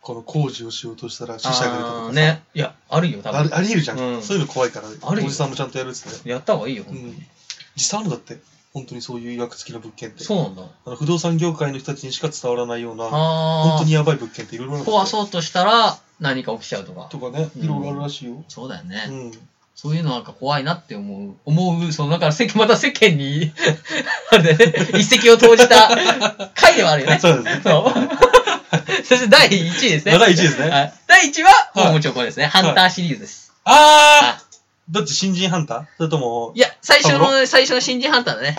Speaker 3: この工事をしようとしたら死者が出たとか
Speaker 2: あ
Speaker 3: さ
Speaker 2: ーね。いや、あるよ、多
Speaker 3: あ
Speaker 2: 分
Speaker 3: る。ありえるじゃん,、
Speaker 2: うん
Speaker 3: そういうの怖いから、
Speaker 2: あるよ
Speaker 3: おじさんもちゃんとやるっつってね。
Speaker 2: やった方がいいよ、本当
Speaker 3: うん
Speaker 2: に。
Speaker 3: 実際あるんだって、本当にそういう曰く付きの物件って。
Speaker 2: そうなんだ。
Speaker 3: あの不動産業界の人たちにしか伝わらないような、本
Speaker 2: あ
Speaker 3: 当にやばい物件っていろいろあ
Speaker 2: あ。
Speaker 3: るんだって
Speaker 2: 壊そうとしたら何か起きちゃうとか。
Speaker 3: とかね、
Speaker 2: うん
Speaker 3: いろいろあるらしいよ。
Speaker 2: そうだよ
Speaker 3: う
Speaker 2: ね。
Speaker 3: ん。
Speaker 2: そういうのなんか怖いなって思う。思う、その、だから世間、また世間に、 あれだよね、一石を投じた回ではあるよね。
Speaker 3: そうですね。
Speaker 2: そう。 そして第1位ですね。
Speaker 3: 第1位ですね
Speaker 2: はい第1位は、
Speaker 3: はい
Speaker 2: もうもちろんこれですね。ハンターシリーズです。
Speaker 3: あーどっち新人ハンターそれとも
Speaker 2: い、や、最初
Speaker 3: あ
Speaker 2: の、最初の新人ハンターだね。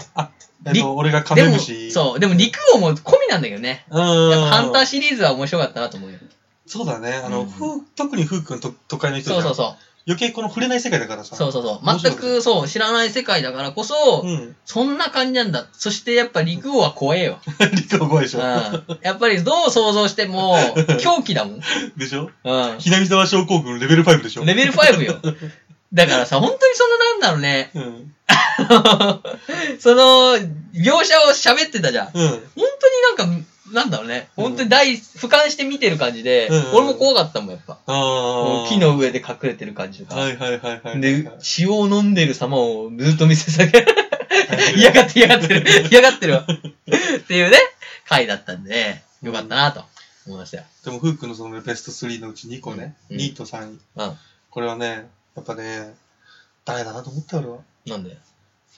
Speaker 3: えっ
Speaker 2: り
Speaker 3: と、俺がカ
Speaker 2: で
Speaker 3: メ
Speaker 2: も、
Speaker 3: ムシ。う。
Speaker 2: そう。でも肉をもう込みなんだけどね。
Speaker 3: うん。
Speaker 2: やっぱハンター
Speaker 3: ー
Speaker 2: シリーズは面白かったなと思うよ。
Speaker 3: そうだね。あの、
Speaker 2: うん
Speaker 3: ふう特にフー君と都会の人じゃ
Speaker 2: そ
Speaker 3: ん
Speaker 2: うそうそう。
Speaker 3: 余計この触れない世界だからさ。
Speaker 2: そうそうそう。
Speaker 3: 面白
Speaker 2: 全
Speaker 3: い
Speaker 2: くそう、知らない世界だからこそ、
Speaker 3: うん。
Speaker 2: そんな感じなんだ。そしてやっぱ陸王は怖えよ。
Speaker 3: リク怖いでし
Speaker 2: う
Speaker 3: ょ
Speaker 2: ん。。やっぱりどう想像して も、狂気だもん。
Speaker 3: でしょ
Speaker 2: う
Speaker 3: ひなみ沢症候群レベル5でしょ
Speaker 2: ん。レベル5よ。だからさ、本当にそのなんだろうね。
Speaker 3: うん。
Speaker 2: その、描写を喋ってたじゃん。本
Speaker 3: うん。
Speaker 2: 当になんか、なんだろうね。本当に大、俯瞰して見てる感じで、
Speaker 3: うん
Speaker 2: 俺も怖かったもん、やっぱ。
Speaker 3: ああ。
Speaker 2: 木。の上で隠れてる感じとか。
Speaker 3: はいはいはいはい。
Speaker 2: で、血を飲んでる様をずっと見せ下げ
Speaker 3: い
Speaker 2: 嫌がって嫌が ってる。嫌がってるわ。っていうね、回だったんで、よかったなと思いましたよ。
Speaker 3: でも、フー君のそのねベスト3のうち2個ね、
Speaker 2: うん
Speaker 3: 2位と3位。
Speaker 2: うん。
Speaker 3: これはね、やっぱね、ダメだなと思ったよ、俺は。
Speaker 2: なんで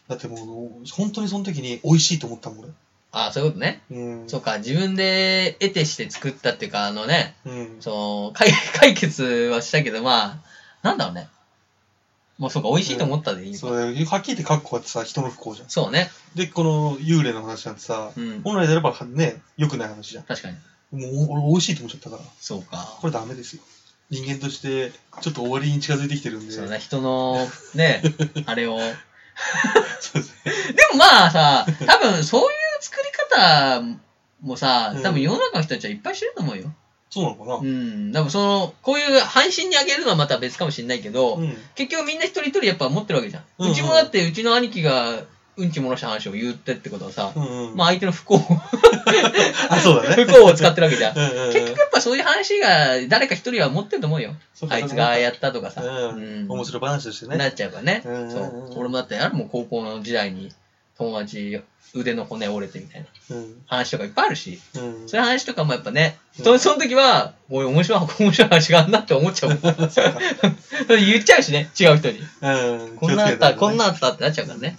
Speaker 3: だってもう、本当にその時に美味しいと思ったもん、
Speaker 2: ああ、そういうことね。
Speaker 3: 俺。うん。
Speaker 2: そうか、自分で得てして作ったっていうか、あのね、
Speaker 3: うん。
Speaker 2: その、解解決はしたけど、まあ、なんだろうね。もうそうか、美味しいと思ったでいいのか。
Speaker 3: そうだよ。はっきり言ってカッコってさ、人の不幸じゃん。
Speaker 2: そうね。
Speaker 3: で、この幽霊の話なんてさ、
Speaker 2: うん。
Speaker 3: 本来であればね、良くない話じゃん。
Speaker 2: 確かに。
Speaker 3: もう、俺美味しいと思っちゃったから。
Speaker 2: そうか。
Speaker 3: これダメですよ。人間として、ちょっと終わりに近づいてきてるんで。
Speaker 2: そうね、人の、 ね、あれを。で
Speaker 3: そうですね。
Speaker 2: もまあさ、多分そういう作り方もさ、多分世の中の人たちはいっぱいしてると思うよ。
Speaker 3: そうなのかな
Speaker 2: うん、でもその、こういう配信にあげるのはまた別かもしれないけど、
Speaker 3: うん。
Speaker 2: 結局みんな一人一人やっぱ持ってるわけじゃん。う
Speaker 3: うんうん
Speaker 2: ちもだって、うちの兄貴がうんち漏らした話を言ってってことはさ、
Speaker 3: うんうん。
Speaker 2: まあ相手の不幸を、
Speaker 3: あ、そうだね。
Speaker 2: 不幸を使ってるわけじゃん。
Speaker 3: うんうん
Speaker 2: 結局やっぱそういう話が誰か一人は持ってると思うよ。
Speaker 3: そうか
Speaker 2: あいつがやったとかさ、
Speaker 3: うん面白い話としてね。
Speaker 2: なっちゃうからね。
Speaker 3: うんうんうん
Speaker 2: そう俺もだってあるもん高校の時代に友達腕の骨折れてみたいな
Speaker 3: うん。
Speaker 2: 話とかいっぱいあるし。
Speaker 3: うん。
Speaker 2: そういう話とかもやっぱね、
Speaker 3: うん
Speaker 2: そその時は、おい、面白い、 面白い話があんなって思っちゃうもん。 言っちゃうしね、違う人に。
Speaker 3: うん。
Speaker 2: こんなあった、
Speaker 3: 気をつけてね
Speaker 2: こんなあったってなっちゃうからね。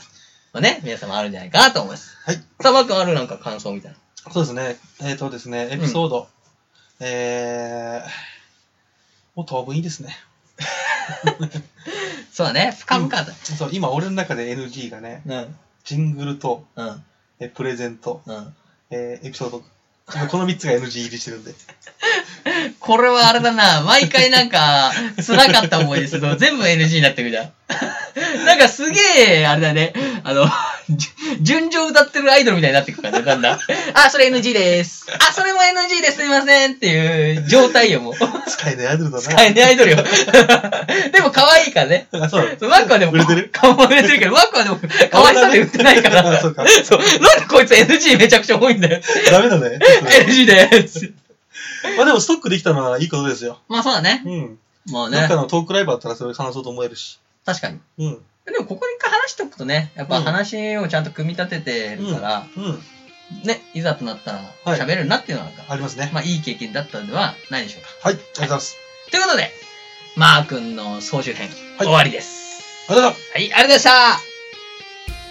Speaker 2: まあね、皆様あるんじゃないかなと思います。
Speaker 3: はい。
Speaker 2: さあ、マー君あるなんか感想みたいな。
Speaker 3: そうですね。えっ、とですね、エピソード、えー、もう当分いいですね。
Speaker 2: そうだね、深々だ。
Speaker 3: そう今、俺の中で NG がね、
Speaker 4: うん。
Speaker 3: ジングルと、
Speaker 4: うん。
Speaker 3: えプレゼント、
Speaker 4: うん。
Speaker 3: えーエピソード。今この3つが NG 入りしてるんで。
Speaker 2: これはあれだな、毎回なんか、辛かった思いですけど、全部 NG になってくじゃん。 なんかすげえ、あれだね、あの、じゅ順序歌ってるアイドルみたいになってくからね、だんだん。あ、それ NG です。あ、それも NG です、すいませんっていう状態よ、もう。
Speaker 3: 使えないアイドルだな。
Speaker 2: 使えないアイドルよ。 でも可愛いからね。
Speaker 3: あ、そう
Speaker 2: そうワックはでも、
Speaker 3: 売れてる
Speaker 2: か売れてるけど、ワックはでも、可愛さで売ってないか
Speaker 3: あ
Speaker 2: ら。
Speaker 3: そうか
Speaker 2: そうなんでこいつ NG めちゃくちゃ多いんだよ。
Speaker 3: ダメだ ね。
Speaker 2: NG です。
Speaker 3: まあでもストックできたのはいいことですよ。
Speaker 2: まあそうだね。
Speaker 3: うん。
Speaker 2: もう
Speaker 3: ど
Speaker 2: ね
Speaker 3: っか。のトークライブだったらそれ話そうと思えるし。
Speaker 2: 確かに。
Speaker 3: うん。
Speaker 2: でもここに一回話しておくとね、やっぱ
Speaker 3: うん
Speaker 2: 話をちゃんと組み立ててるから、
Speaker 3: うん。
Speaker 2: ね、いざとなったら
Speaker 3: はい
Speaker 2: 喋れるなっていうのなんか、
Speaker 3: ありますね。
Speaker 2: まあいい経験だったんではないでしょうか。
Speaker 3: はい。ありがとうございます。
Speaker 2: ということで、マー君の総集編、終わりです。
Speaker 3: ありがとうございました
Speaker 2: はい、ありがとうございました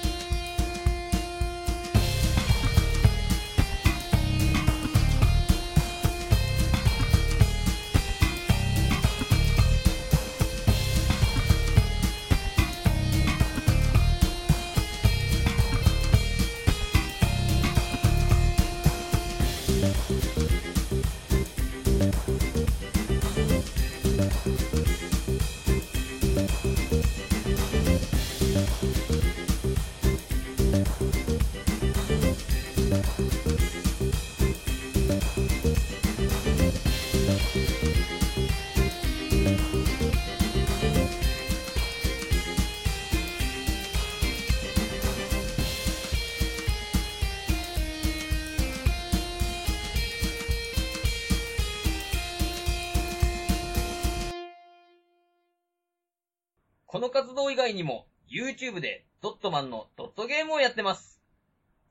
Speaker 2: この活動以外にも、YouTube でドットマンのドットゲームをやってます。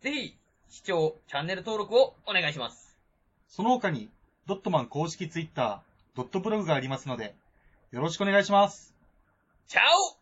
Speaker 2: ぜひ、視聴、チャンネル登録をお願いします。
Speaker 5: その他に、ドットマン公式ツイッター、ドットブログがありますので、よろしくお願いします。
Speaker 2: チャオ